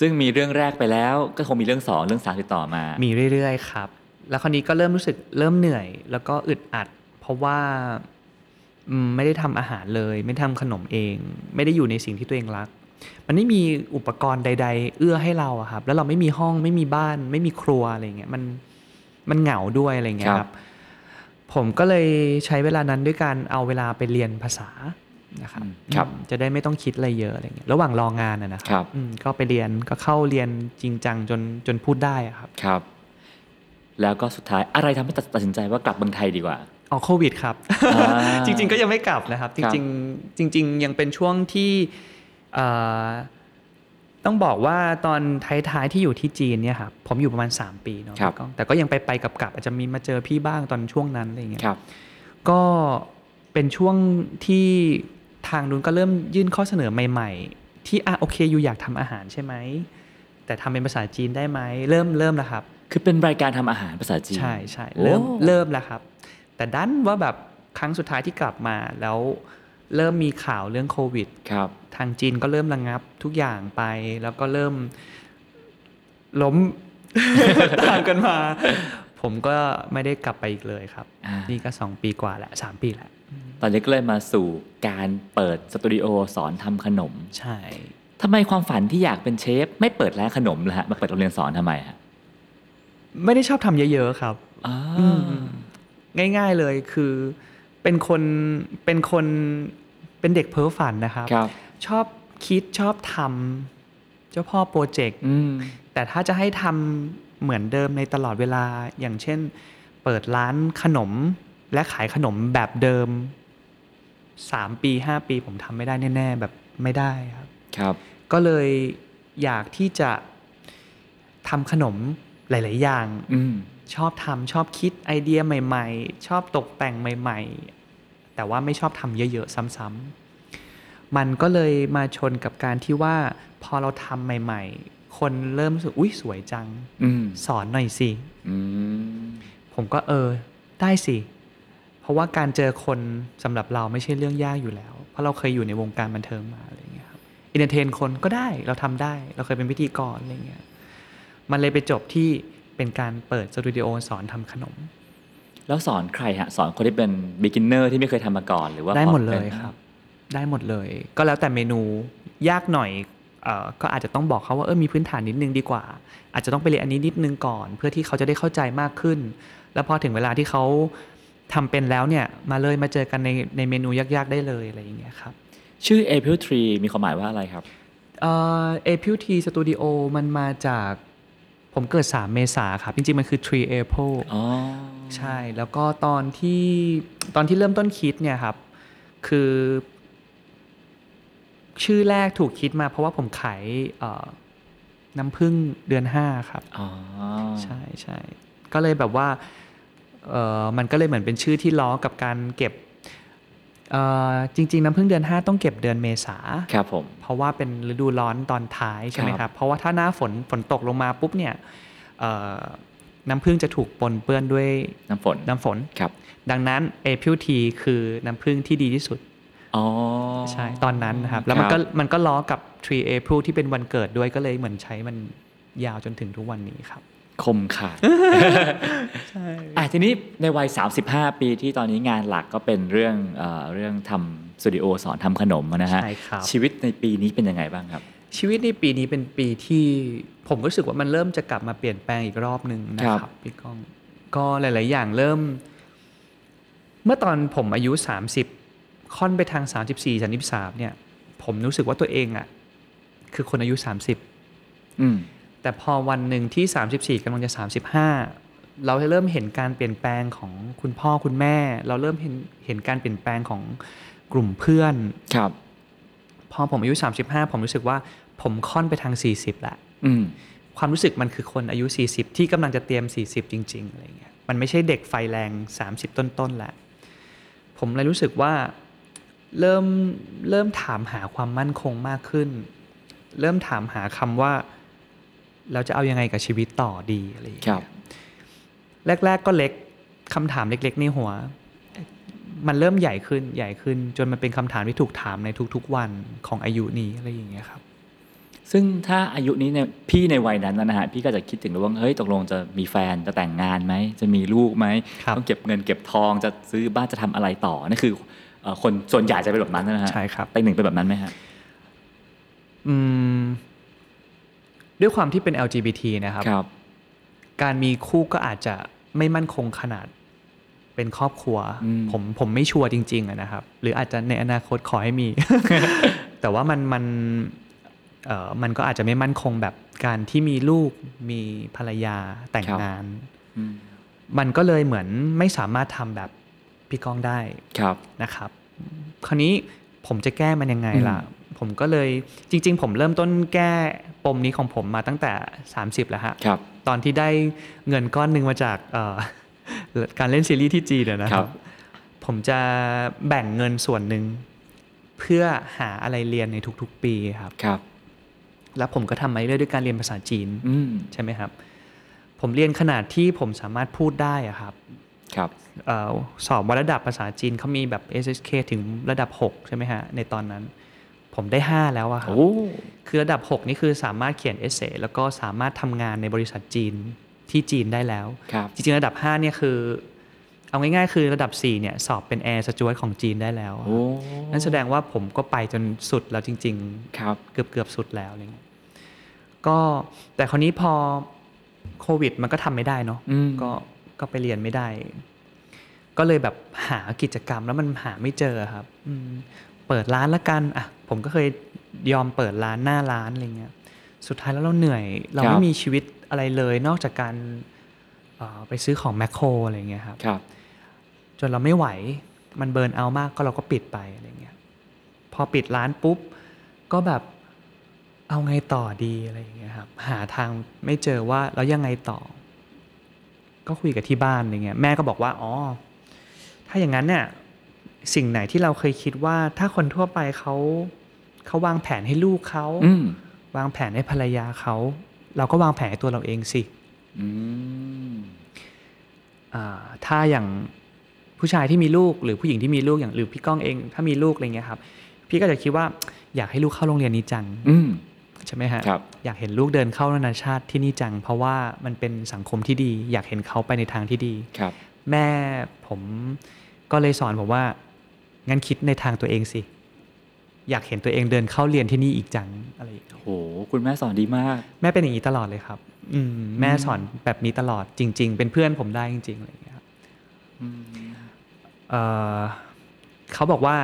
S3: ซึ่งมีเรื่องแรกไปแล้ว ก็คงมีเรื่องสองเรื่องสามติดต่อมา
S1: มีเรื่อยๆ ครับ แล้วคราวนี้ก็เริ่มรู้สึกเริ่มเหนื่อย แล้วก็อึดอัด เพราะว่าอืมไม่ได้ทำอาหารเลย ไม่ทำขนมเอง ไม่ได้อยู่ในสิ่งที่ตัวเองรัก มันไม่มีอุปกรณ์ใด ๆ เอื้อให้เราอะครับ แล้วเราไม่มีห้องไม่มีบ้าน ไม่มีครัวอะไรเงี้ยมันมันเหงาด้วยอะไรเงี้ยค
S3: ครั
S1: รับ บ ผมก็เลยใช้เวลานั้นด้วยการเอาเวลาไปเรียนภาษานะครับ
S3: ครับ
S1: จะได้ไม่ต้องคิดอะไรเยอะอะไรเงี้ยระหว่างรองานอะนะค
S3: ครั
S1: รับ อืมก็ไปเรียนก็เข้าเรียนจริงจังจนจนพูดได้อะครับ
S3: ครับ แล้วก็สุดท้ายอะไรทำให้ตัดตัดสินใจว่ากลับเมืองไทยดีกว่า
S1: อ๋อโควิดครับ
S3: อ่า
S1: จริง ๆ ก็ยังไม่กลับนะครับ จริง ๆ จริง ๆ ยังเป็นช่วงที่เอ่อต้องบอกว่าตอนท้ายๆที่อยู่ที่จีนเนี่ยครับผมอยู่ประมาณ 3 ปีเนาะ
S3: ครับ
S1: พี่ก้องแต่ก็ยังไปไปๆกลับกลับๆอาจจะมีมาเจอพี่บ้างตอนช่วงนั้นอะไรอย่างเงี้ย
S3: ครับ
S1: ก็เป็นช่วงที่ทางนู้นก็เริ่มยื่นข้อเสนอใหม่ ๆ ที่อ่ะโอเคอยู่อยากทำอาหารใช่ไหมแต่ทำเป็นภาษาจีนได้ไหมเริ่มเริ่มแล้วครับ
S3: คือเป็นรายการทำอาหารภาษาจีน
S1: ใช่ใช่
S3: โอ้
S1: เริ่มเริ่มแล้วครับ แต่ดันว่าแบบครั้งสุดท้ายที่กลับมาแล้วเริ่มมีข่าวเรื่องโควิด
S3: ครับ
S1: ทางจีนก็เริ่มระงงับทุกอย่างไป แล้วก็เริ่มล้ม ตามกันมา ผมก็ไม่ได้กลับไปอีกเลยครับ
S3: อ่านี่
S1: นี่ก็สองปีกว่าแหละสามปีแหละ
S3: ตอนนี้ก็เลยมาสู่การเปิดสตูดิโอสอนทำขนม
S1: ใช่
S3: ทำไมความฝันที่อยากเป็นเชฟ ไม่เปิดร้านขนมล่ะฮะมาเปิดโรงเรียนสอนทำไมฮะ
S1: ไม่ได้ชอบทำเยอะๆครับ
S3: อ่า
S1: ง่าย ๆเลยคือเป็นคนเป็นคนเป็นเด็กเพ้อฝันนะครับ
S3: ครับ
S1: ชอบคิดชอบทำเจ้าพ่อโปรเจกต์
S3: อืม
S1: แต่ถ้าจะให้ทำเหมือนเดิมในตลอดเวลา อย่างเช่น เปิดร้านขนมและขายขนมแบบเดิม 3 ปี 5 ปีผมทำไม่ได้แน่ ๆ แบบไม่ได้ครับ
S3: ครับ
S1: ก็เลยอยากที่จะทำขนมหลาย ๆ อย่าง
S3: อืม
S1: ชอบทำชอบคิดไอเดียใหม่ ๆ ชอบตกแต่งใหม่ ๆ แต่ว่าไม่ชอบทำเยอะ ๆ ซ้ำๆมันก็เลยมาชนกับการที่ว่าพอเราทำใหม่ ๆ คนเริ่มรู้สึกอุ้ยสวยจัง
S3: อืม
S1: สอนหน่อยสิ
S3: อืม
S1: ผมก็เออ ได้สิ เพราะว่าการเจอคนสำหรับเราไม่ใช่เรื่องยากอยู่แล้ว เพราะเราเคยอยู่ในวงการบันเทิงมาอะไรอย่างเงี้ยครับอินเตอร์เทนคนก็ได้เราทำได้ เราเคยเป็นพิธีกรอะไรเงี้ยมันเลยไปจบที่เป็นการเปิดสตูดิโอสอนทำขนม
S3: แล้วสอนใครฮะ สอนคนที่เป็น beginner ที่ไม่เคยทำมาก่อน หรือว่า
S1: ได้หมด
S3: พอ
S1: เล
S3: ป็น
S1: ยครับ ได้หมดเลย ก็แล้วแต่เมนูยากหน่อยเอ่อก็อาจจะต้องบอกเขาว่าเออมีพื้นฐานนิดนึงดีกว่า อาจจะต้องไปเรียนอันนี้นิดนึงก่อน เพื่อที่เขาจะได้เข้าใจมากขึ้น แล้วพอถึงเวลาที่เขา ทำเป็นแล้วเนี่ยมาเลยมาเจอกันในในเมนูยากๆได้เลยอะไรอย่างเงี้ยครับ
S3: ชื่อ April Tree มีความหมายว่าอะไรครับ
S1: เอ่อ APT Studio มันมาจากผมเกิด 3 เมษาครับ จริงๆ มันคือ Tree April
S3: อ๋อ
S1: ใช่แล้วก็ตอนที่ตอนที่เริ่มต้นคิดเนี่ยครับ คือ ชื่อแรกถูกคิดมาเพราะว่าผมขายเอ่อน้ำผึ้งเดือน 5 ครับ
S3: อ๋อ
S1: ใช่ใช่ก็เลยแบบว่าเออมันก็เลยเหมือนเป็นชื่อที่ล้อกับการเก็บเอ่อจริง ๆ น้ำผึ้งเดือน 5 ต้องเก็บเดือนเมษา
S3: ครับผม
S1: เพราะว่าเป็นฤดูร้อนตอนท้ายใช่ไหม
S3: ค
S1: ค
S3: รั
S1: รับ บ เพราะว่าถ้าหน้าฝนฝนตกลงมาปุ๊บเนี่ยเอ่อน้ำผึ้งจะถูกปนเปื้อนด้วย
S3: น้ำฝน
S1: น้ำฝน
S3: ครับ
S1: ดังนั้นเอพิวทีคือน้ำผึ้งที่ดีที่สุด
S3: อ๋อ
S1: ใช่ตอนนั้นนะครับ แล้วมันก็มันก็ล้อกับ 3 April ที่เป็นวันเกิดด้วยก็เลยเหมือนใช้มันยาวจนถึงทุกวันนี้ครับ
S3: คมขาดอ่ะทีนี้ในวัย 35 ปีที่ตอนนี้งานหลักก็เป็นเรื่องเอ่อเรื่องทำสตูดิโอสอนทำขนมอะนะฮะ
S1: ใช่ครับ
S3: ชีวิตในปีนี้เป็นยังไงบ้างครับ
S1: ชีวิตในปีนี้เป็นปีที่ผมรู้สึกว่ามันเริ่มจะกลับมาเปลี่ยนแปลงอีกรอบหนึ่งนะค
S3: ครั
S1: รับบ พี่ก้องก็หลาย ๆ อย่างเริ่ม เมื่อตอนผมอายุ 30 ค่อนไปทาง 34 33เนี่ย ผมรู้สึกว่าตัวเองอะ่ะคือคนอายุ 30
S3: อืม
S1: แต่พอวันหนึ่งที่ 34กำลังจะ 35 เราเริ่มเห็นการเปลี่ยนแปลงของคุณพ่อคุณแม่ เราเริ่มเห็นเห็นการเปลี่ยนแปลงของกลุ่มเพื่อน
S3: ครับ
S1: พอผมอายุ 35 ผมรู้สึกว่าผมค่อนไปทาง 40ละ
S3: อืม
S1: ความรู้สึกมันคือคนอายุ 40 ที่กำลังจะเตรียม 40 จริง ๆ อะไรเงี้ย มันไม่ใช่เด็กไฟแรง 30 ต้นๆแล้ว ผมเลยรู้สึกว่าเริ่มเริ่มถามหาความมั่นคงมากขึ้น เริ่มถามหาคำว่า เราจะเอายังไงกับชีวิตต่อดีอะไรอย่าง
S3: ครั
S1: เงี้ย
S3: บ
S1: แรก ๆ ก็เล็กคำถามเล็ก ๆ ในหัว มันเริ่มใหญ่ขึ้นใหญ่ขึ้น จนมันเป็นคำถามที่ถูกถามในทุกๆวันของอายุนี้อะไรอย่างเงี้ยครับ
S3: ซึ่งถ้าอายุนี้เนี่ยพี่ในวัยนั้นนะฮะพี่ก็จะคิดถึงเรื่องว่าเฮ้ยตกลงจะมีแฟนจะแต่งงานไหม จะมีลูกไหม
S1: ครับ
S3: ต้องเก็บเงินเก็บทองจะซื้อบ้านจะทำอะไรต่อนั่นคือเอ่อคนส่วนใหญ่จะเป็นแบบนั้นนะฮะ
S1: ใช่ครับ
S3: แต่หนึ่งเป็นแบบนั้นไหมฮะ
S1: อืมด้วยความที่เป็น LGBT นะครับ
S3: ครับ
S1: การมีคู่ก็อาจจะไม่มั่นคงขนาดเป็นครอบครัว
S3: อืม
S1: ผมผมไม่ชัวร์จริงๆอะนะครับ หรืออาจจะในอนาคตขอให้มี แต่ว่ามันมันเอ่อมันก็อาจจะไม่มั่นคงแบบการที่มีลูกมีภรรยาแต่งงาน
S3: อืม
S1: มันก็เลยเหมือนไม่สามารถทำแบบพี่ก้องได้
S3: ครับ
S1: นะครับคราวนี้ผมจะแก้มันยังไงล่ะ ผมก็เลยจริง ๆ ผมเริ่มต้นแก้ปมนี้ของผมมาตั้งแต่ 30 แล้วฮะ
S3: ครับ
S1: ตอนที่ได้เงินก้อนหนึ่งมาจากเอ่อ การเล่นซีรีส์ที่จีนอะนะค
S3: ครั
S1: รับ บ ผมจะแบ่งเงินส่วนหนึ่ง เพื่อหาอะไรเรียนในทุกๆปีครับ
S3: ครับ
S1: แล้วผมก็ทำมาเรื่อยๆด้วยการเรียนภาษาจีน
S3: อืม
S1: ใช่ไหมครับ ผมเรียนขนาดที่ผมสามารถพูดได้อะครับ
S3: ครับ
S1: เออสอบวัดระดับภาษาจีนเขามีแบบ SSK ถึงระดับ 6 ใช่ไหมฮะ ในตอนนั้น ผมได้ 5 แล้วอะครับ
S3: โอ้
S1: คือระดับ 6 นี่คือสามารถเขียนเอเซแล้วก็สามารถทำงานในบริษัทจีนที่จีนได้แล้ว
S3: ครับ
S1: จริงๆ ระดับ 5 เนี่ยคือ เอาง่ายๆ คือระดับ 4 เนี่ย สอบเป็นแอร์สจวตของจีนได้แล้วอะ
S3: โอ้
S1: นั่นแสดงว่าผมก็ไปจนสุดแล้วจริง ๆ
S3: ครับ
S1: เกือบเกือบสุดแล้วอะไรเงี้ยก็แต่คราวนี้พอโควิดมันก็ทำไม่ได้เนาะ
S3: อืม
S1: ก็ก็ไปเรียนไม่ได้ ก็เลยแบบหากิจกรรมแล้วมันหาไม่เจอครับอืมเปิดร้านละกันอ่ะผมก็เคยยอมเปิดร้านหน้าร้านอะไรเงี้ยสุดท้ายแล้วเราเหนื่อย เรา
S3: ครั
S1: ไม่
S3: บ
S1: มีชีวิตอะไรเลย นอกจากการเอ่อไปซื้อของแมคโครอะไรเงี้ยครับ
S3: ครับ
S1: จนเราไม่ไหว มันเบิร์นเอาท์มากก็เราก็ปิดไปอะไรเงี้ย พอปิดร้านปุ๊บ ก็แบบเอาไงต่อดีอะไรอย่างเงี้ยครับ หาทางไม่เจอว่าแล้วยังไงต่อ ก็คุยกับที่บ้านอะไรเงี้ย แม่ก็บอกว่า อ๋อ ถ้าอย่างนั้นเนี่ย สิ่งไหนที่เราเคยคิดว่า ถ้าคนทั่วไปเขาเขาวางแผนให้ลูกเขา
S3: อืม
S1: วางแผนให้ภรรยาเขา เราก็วางแผนให้ตัวเราเองสิ
S3: อืม
S1: อ่าถ้าอย่างผู้ชายที่มีลูกหรือผู้หญิงที่มีลูกอย่างหรือพี่ก้องเองถ้ามีลูกอะไรเงี้ยครับ พี่ก็จะคิดว่า อยากให้ลูกเข้าโรงเรียนนี้จัง
S3: อืม
S1: ใช่ไหมฮะ
S3: ครับ
S1: อยากเห็นลูกเดินเข้านานาชาติที่นี่จัง เพราะว่ามันเป็นสังคมที่ดี อยากเห็นเขาไปในทางที่ดี
S3: ครับ
S1: แม่ผมก็เลยสอนผมว่างั้นคิดในทางตัวเองสิอยากเห็นตัวเองเดินเข้าเรียนที่นี่อีกจังอะไรอย่างเงี้ย
S3: โห คุณแม่สอนดีมาก
S1: แม่เป็นอย่างนี้ตลอดเลยครับ อืมแม่สอนแบบนี้ตลอดจริง ๆ เป็นเพื่อนผมได้จริงๆอะไรอย่างเงี้ยครับ เอ่อเขาบอกว่า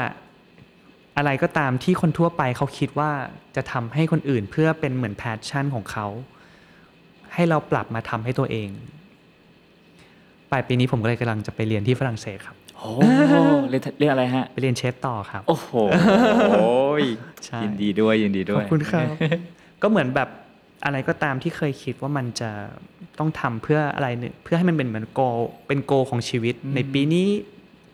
S1: อะไรก็ตามที่คนทั่วไปเขาคิดว่าจะทำให้คนอื่นเพื่อเป็นเหมือนแพชชั่นของเขา ให้เราปรับมาทำให้ตัวเองปลายปีนี้ผมก็เลยกำลังจะไปเรียนที่ฝรั่งเศสครับ
S3: โอ้เรียนเรียนอะไรฮะ
S1: ไปเรียนเชฟต่อครับ
S3: โอ้โห
S1: ใช่
S3: ยินดีด้วยยินดีด้
S1: ข
S3: ว
S1: อย บคุณครับ ก็เหมือนแบบอะไรก็ตามที่เคยคิดว่ามันจะต้องทำเพื่ออะไรหนึ่งเพื่อให้มันเป็นเหมือนโกเป็นโกของชีวิต ในปีนี้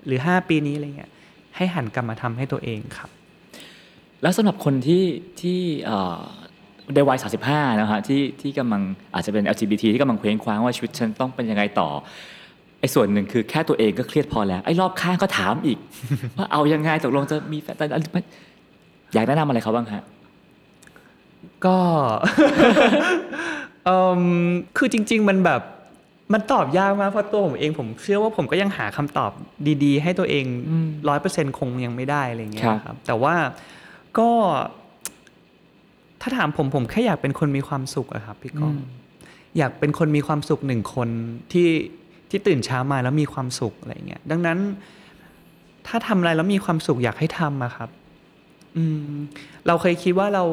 S1: หรือ 5 ปีนี้อะไรเงี้ยให้หันกลับมาทำให้ตัวเองครับ
S3: แล้วสำหรับคนที่ที่เอ่อในวัย 35 นะฮะที่ที่กำลังอาจจะเป็น LGBT ที่กำลังเคว้งคว้างว่าชีวิตฉันต้องเป็นยังไงต่อไอ้ส่วนหนึ่งคือแค่ตัวเองก็เครียดพอแล้ว ไอ้รอบข้างก็ถามอีก ว่าเอายังไงตกลงจะมีแฟนอยากแนะนำอะไรเขาบ้างฮะ
S1: ก็ เอิ่มคือจริง ๆ มันแบบมันตอบยากมากเพราะตัวผมเองผมเชื่อว่าผมก็ยังหาคำตอบดีๆ ให้ตัวเอง
S3: อืม
S1: ร้อยเปอร์เซ็นต์คงยังไม่ได้อะไรเงี้
S3: ครั
S1: ย
S3: บ
S1: ครับ แต่ว่าก็ ถ้าถามผมผมแค่อยากเป็นคนมีความสุขอะครับพี่กอง อยากเป็นคนมีความสุขหนึ่งคนที่ที่ตื่นเช้ามาแล้วมีความสุขอะไรเงี้ยดังนั้น ถ้าทำอะไรแล้วมีความสุขอยากให้ทำอะครับ อืม เราเคยคิดว่าเรา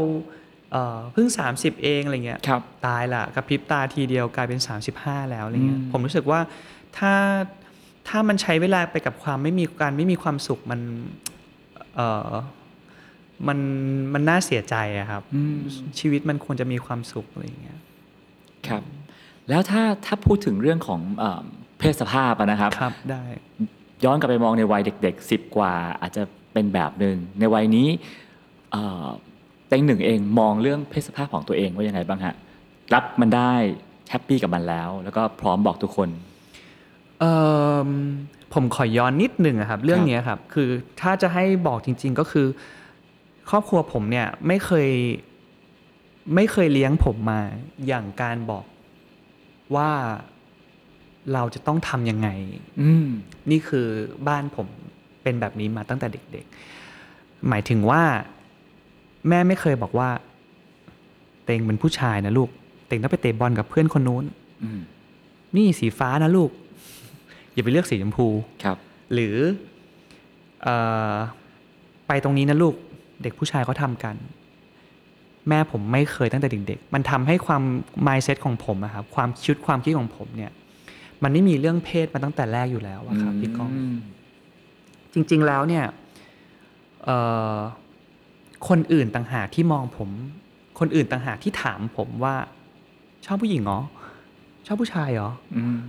S1: เอ่อเพิ่ง 30 เองอะไรเงี้ย
S3: ครับ
S1: ตายละกับพริบตาทีเดียวกลายเป็น 35 แล้วอะไรเงี้ย
S3: อืม
S1: ผมรู้สึกว่าถ้าถ้ามันใช้เวลาไปกับความไม่มีการไม่มีความสุขมันเออมันมันน่าเสียใจอะครับ
S3: อืม
S1: ชีวิตมันควรจะมีความสุขอะไรเงี้ย
S3: ครับ แล้วถ้าถ้าพูดถึงเรื่องของเอ่อเพศสภาพอะนะครับ
S1: ครับได้
S3: ย้อนกลับไปมองในวัยเด็ก ๆ 10 กว่าอาจจะเป็นแบบหนึ่งในวัยนี้เอ่อเต็งหนึ่งเองมองเรื่องเพศสภาพของตัวเองว่ายังไงบ้างฮะรับมันได้แฮปปี้กับมันแล้ว แล้วก็พร้อมบอกทุกคน
S1: เอิ่มผมขอย้อนนิดหนึ่งอะครับ เรื่องเนี้ยครับ คือถ้าจะให้บอกจริง ๆ ก็คือ ครอบครัวผมเนี่ยไม่เคย ไม่เคยเลี้ยงผมมาอย่างการบอกว่าเราจะต้องทำยังไง
S3: อืม
S1: นี่คือบ้านผมเป็นแบบนี้มาตั้งแต่เด็กๆ หมายถึงว่า แม่ไม่เคยบอกว่า เต็งเป็นผู้ชายนะลูก เต็งต้องไปเตะบอลกับเพื่อนคนนู้น
S3: อืม
S1: นี่สีฟ้านะลูก อย่าไปเลือกสีชมพู
S3: ครับ
S1: หรือเออไปตรงนี้นะลูกเด็กผู้ชายเขาทำกัน แม่ผมไม่เคยตั้งแต่เด็กๆมันทำให้ความ mindset ของผมอะครับความคิดความคิดของผมเนี่ย มันไม่มีเรื่องเพศมาตั้งแต่แรกอยู่แล้วอะครับพี่ก้อง จริงๆ แล้วเนี่ยเอ่อคนอื่นต่างหากที่มองผม คนอื่นต่างหากที่ถามผมว่า ชอบผู้หญิงเหรอ ชอบผู้ชายเหรอ
S3: อืม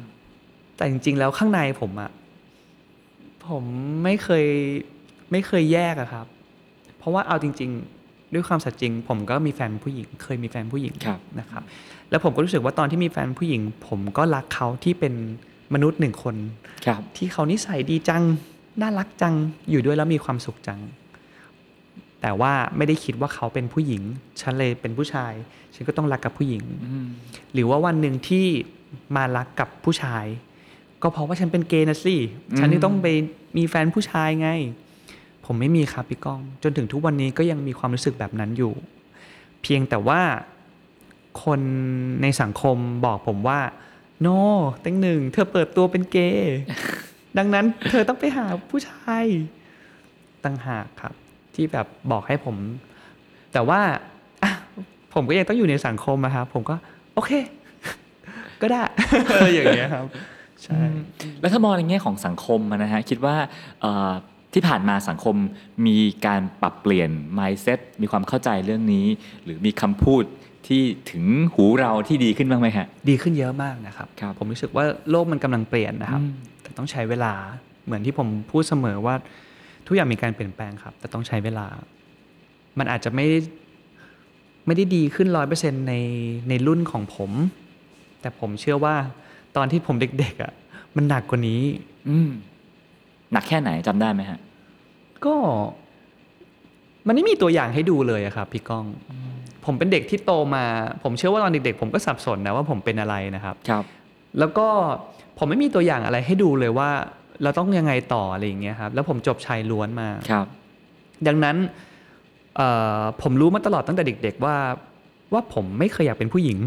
S1: แต่จริงๆ แล้วข้างในผมอะผมไม่เคยไม่เคยแยกอะครับ เพราะว่าเอาจริง ๆ ด้วยความสัตย์จริง ผมก็มีแฟนผู้หญิง เคยมีแฟนผู้หญิง
S3: ครับ
S1: นะครับ แล้วผมก็รู้สึกว่าตอนที่มีแฟนผู้หญิง ผมก็รักเขาที่เป็นมนุษย์หนึ่งคน
S3: ครับ
S1: ที่เขานิสัยดีจัง น่ารักจัง อยู่ด้วยแล้วมีความสุขจัง แต่ว่าไม่ได้คิดว่าเขาเป็นผู้หญิง ฉันเลยเป็นผู้ชาย ฉันก็ต้องรักกับผู้หญิง
S3: อืม
S1: หรือว่าวันหนึ่งที่มารักกับผู้ชาย ก็เพราะว่าฉันเป็นเกย์นะสิ
S3: อืม
S1: ฉันนี่ต้องไปมีแฟนผู้ชายไง ผมไม่มีครับพี่ก้อง จนถึงทุกวันนี้ก็ยังมีความรู้สึกแบบนั้นอยู่ เพียงแต่ว่าคนในสังคมบอกผมว่า โน เต็งหนึ่ง เธอเปิดตัวเป็นเกย์ ดังนั้นเธอต้องไปหาผู้ชายต่างหากครับ ที่แบบบอกให้ผม แต่ว่าอ่ะผมก็ยังต้องอยู่ในสังคมนะครับผมก็ โอเค ก็ได้ อย่างเงี้ยครับ ใช่
S3: แล้วถ้ามองในแง่ของสังคมอะนะฮะคิดว่าเอ่อที่ผ่านมาสังคมมีการปรับเปลี่ยน mindset มีความเข้าใจเรื่องนี้ หรือมีคำพูดที่ถึงหูเราที่ดีขึ้นบ้างไหมฮะ
S1: ดีขึ้นเยอะมากนะครับ
S3: ครับ
S1: ผมรู้สึกว่าโลกมันกำลังเปลี่ยนนะครับ
S3: อืม
S1: แต่ต้องใช้เวลาเหมือนที่ผมพูดเสมอว่า ทุกอย่างมีการเปลี่ยนแปลงครับ แต่ต้องใช้เวลา มันอาจจะไม่ไม่ได้ดีขึ้นร้อยเปอร์เซ็นในในรุ่นของผม แต่ผมเชื่อว่าตอนที่ผมเด็กๆอะ่ะมันหนักกว่านี้
S3: อืมหนักแค่ไหนจำได้ไหมฮะ
S1: ก็มันไม่มีตัวอย่างให้ดูเลยอะครับพี่ก้อง ผมเป็นเด็กที่โตมา ผมเชื่อว่าตอนเด็กๆ ผมก็สับสนนะว่าผมเป็นอะไรนะครับ
S3: ครับ
S1: แล้วก็ผมไม่มีตัวอย่างอะไรให้ดูเลยว่า เราต้องยังไงต่ออะไรอย่างเงี้ยครับแล้วผมจบชายล้วนมา
S3: ครับ
S1: ดังนั้นเอ่อผมรู้มาตลอดตั้งแต่เด็ก ๆ ว่าว่าผมไม่เคยอยากเป็นผู้หญิง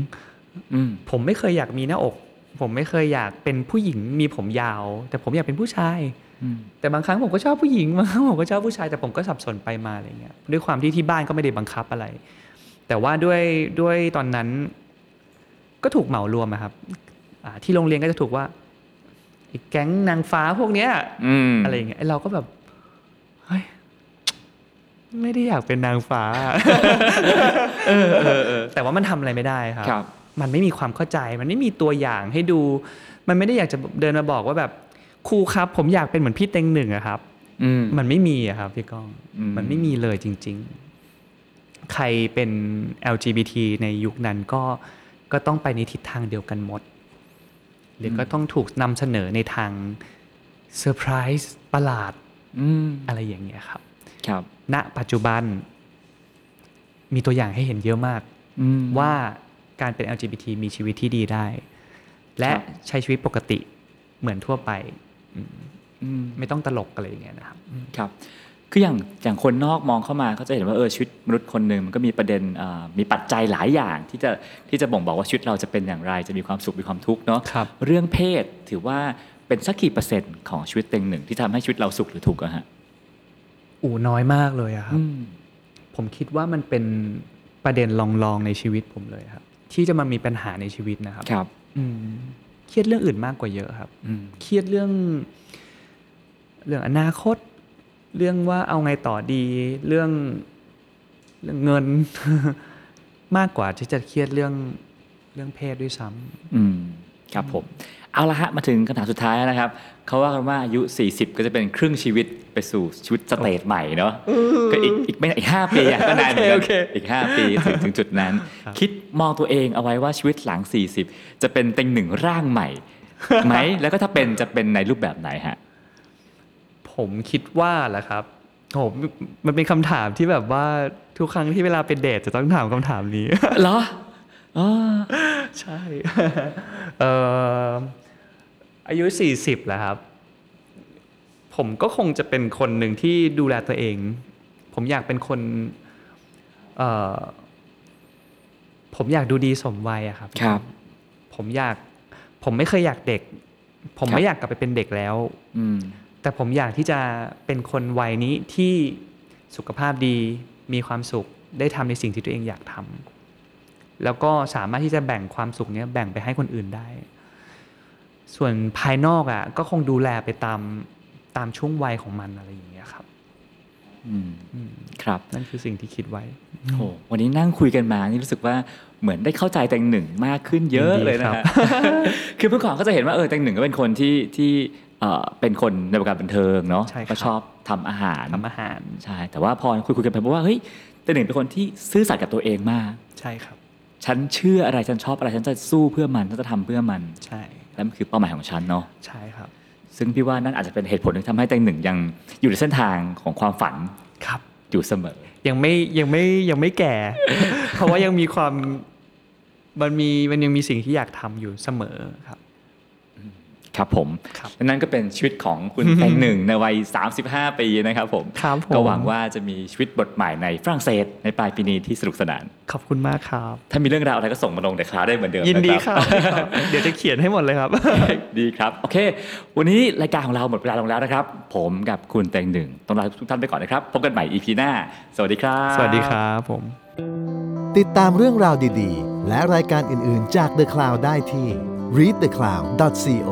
S3: อืม
S1: ผมไม่เคยอยากมีหน้าอก ผมไม่เคยอยากเป็นผู้หญิงมีผมยาว แต่ผมอยากเป็นผู้ชาย
S3: อืม
S1: แต่บางครั้งผมก็ชอบผู้หญิง บางครั้งผมก็ชอบผู้ชายแต่ผมก็สับสนไปมาอะไรเงี้ยด้วยความที่ที่บ้านก็ไม่ได้บังคับอะไร แต่ว่าด้วยด้วยตอนนั้น ก็ถูกเหมารวมอะครับอ่าที่โรงเรียนก็จะถูกว่าไอ้แก๊งนางฟ้าพวกเนี้ย
S3: อืม
S1: อะไรอย่างเงี้ยไอ้เราก็แบบเฮ้ยไม่ได้อยากเป็นนางฟ้า แต่ว่ามันทำอะไรไม่ได้ครับ
S3: ครับ
S1: มันไม่มีความเข้าใจ มันไม่มีตัวอย่างให้ดู มันไม่ได้อยากจะเดินมาบอกว่าแบบครูครับ ผมอยากเป็นเหมือนพี่เต็งหนึ่งอะครับ
S3: อืม
S1: มันไม่มีอะครับพี่ก้อง
S3: อืม
S1: มันไม่มีเลยจริง ๆ ใครเป็น LGBT ในยุคนั้นก็ก็ต้องไปในทิศทางเดียวกันหมด หรือก็ต้องถูกนำเสนอในทางเซอร์ไพรส์ประหลาด
S3: อืม
S1: อะไรอย่างเงี้ยครับ
S3: ครับ
S1: ณ ปัจจุบัน มีตัวอย่างให้เห็นเยอะมาก
S3: อืม
S1: ว่าการเป็น LGBT มีชีวิตที่ดีได้ และ
S3: ครับ
S1: ใช้ชีวิตปกติเหมือนทั่วไป
S3: อืม
S1: ไม่ต้องตลกอะไรอย่างเงี้ยนะครับ
S3: ครับ คืออย่างอย่างคนนอกมองเข้ามาก็จะเห็นว่าเออชีวิตมนุษย์คนหนึ่งมันก็มีประเด็นเอ่อมีปัจจัยหลายอย่างที่จะที่จะบ่งบอกว่าชีวิตเราจะเป็นอย่างไร จะมีความสุขมีความทุกข์เนาะ
S1: ครับ
S3: เรื่องเพศถือว่าเป็นสักกี่เปอร์เซ็นต์ของชีวิตเต็งหนึ่งที่ทำให้ชีวิตเราสุขหรือทุกข์อะฮะ
S1: อู๋น้อยมากเลยอะครับ
S3: อืม
S1: ผมคิดว่ามันเป็นประเด็นลองๆในชีวิตผมเลยครับ ที่จะมามีปัญหาในชีวิตนะครับ
S3: ครับ
S1: อืมเครียดเรื่องอื่นมากกว่าเยอะครับ
S3: อืม
S1: เครียดเรื่อง เรื่องอนาคต เรื่องว่าเอาไงต่อดี เรื่องเรื่องเงิน มากกว่าที่จะเครียดเรื่องเรื่องเพศด้วยซ้
S3: อืมครับผม เอาละฮะ มาถึงคำถามสุดท้ายแล้วนะครับ เขาว่ากันว่าอายุ 40 ก็จะเป็นครึ่งชีวิตไปสู่ชีวิตสเตจใหม่เนาะก็อีกอีกไม่อีกห้าปีอะก็นานเหมือนกันอีก 5 ปีถึงถึงจุดนั้น คิดมองตัวเองเอาไว้ว่าชีวิตหลัง 40 จะเป็นเต็งหนึ่งร่างใหม่ ไหมแล้วก็ถ้าเป็นจะเป็นในรูปแบบไหนฮะ
S1: ำผมคิดว่าแหละครับโหมันเป็นคำถามที่แบบว่าทุกครั้งที่เวลาไปเดทจะต้องถามคำถามนี้
S3: เหรออ๋อ
S1: ใช่ เอ่ออายุ 40 แล้วครับ ผมก็คงจะเป็นคนหนึ่งที่ดูแลตัวเอง ผมอยากเป็นคนเอ่อผมอยากดูดีสมวัยอะครับ
S3: ครับ
S1: ผมอยาก ผมไม่เคยอยากเด็ก ผม
S3: ครับ
S1: ไม่อยากกลับไปเป็นเด็กแล้ว
S3: อืม
S1: แต่ผมอยากที่จะเป็นคนวัยนี้ที่สุขภาพดี มีความสุข ได้ทำในสิ่งที่ตัวเองอยากทำแล้วก็สามารถที่จะแบ่งความสุขเนี้ยแบ่งไปให้คนอื่นได้ ส่วนภายนอกอะ่ะก็คงดูแลไปตามตามช่วงวัยของมันอะไรอย่างเงี้ยครับ
S3: อืม ครับ
S1: นั่นคือสิ่งที่คิดไว้
S3: โหวันนี้นั่งคุยกันมานี่รู้สึกว่าเหมือนได้เข้าใจแตงหนึ่งมากขึ้นเยอะ
S1: ยินดี
S3: เลยนะ
S1: ครั
S3: ฮะ
S1: บ
S3: คือเมื่อก่อนก็จะเห็นว่าเออแตงหนึ่งก็เป็นคนที่ที่เอ่อเป็นคนในวงการบันเทิงเนาะ
S1: ใช่ครับ
S3: ก็ชอบทำอาหาร
S1: ทำอาหาร
S3: ใช่แต่ว่าพอคุยคุยกันไปบอกว่าเฮ้ยแตงหนึ่งเป็นคนที่ซื่อสัตย์กับตัวเองมาก
S1: ใช่ครับ
S3: ฉันเชื่ออะไรฉันชอบอะไรฉันจะสู้เพื่อมันฉันจะทำเพื่อมัน
S1: ใช่
S3: และมันคือเป้าหมายของฉันเนาะ
S1: ใช่ครับ
S3: ซึ่งพี่ว่านั่นอาจจะเป็นเหตุผลที่ทำให้แตงหนึ่งยังอยู่ในเส้นทางของความฝัน
S1: ครับ
S3: อยู่เสมอ
S1: ยังไม่ยังไม่ยังไม่แก่ เพราะว่ายังมีความมันมีมันยังมีสิ่งที่อยากทำอยู่เสมอครับ
S3: ครับผม
S1: ครับ
S3: และนั่นก็เป็นชีวิตของคุณ แตงหนึ่งในวัย 35 ปีนะครับผม
S1: ครับผม
S3: ก็หวังว่าจะมีชีวิตบทใหม่ในฝรั่งเศสในปลายปีนี้ที่สนุกสนาน
S1: ขอบคุณมากครับ
S3: ถ้ามีเรื่องราวอะไรก็ส่งมาลงเดอะคลาได้เหมือนเดิม
S1: ยินดี
S3: ะ
S1: ครับ เดี๋ยวจะเขียนให้หมดเลยครับ
S3: ดีครับ โอเค วันนี้รายการของเราหมดเวลาลงแล้วนะครับ ผมกับคุณแตงหนึ่งต้องลาทุกท่านไปก่อนนะครับ พบกันใหม่ EP หน้า สวัสดีครับ
S1: สวัสดีครับผม
S2: ติดตามเรื่องราวดีๆ และรายการอื่นๆจาก The Cloud ได้ที่ readthecloud.co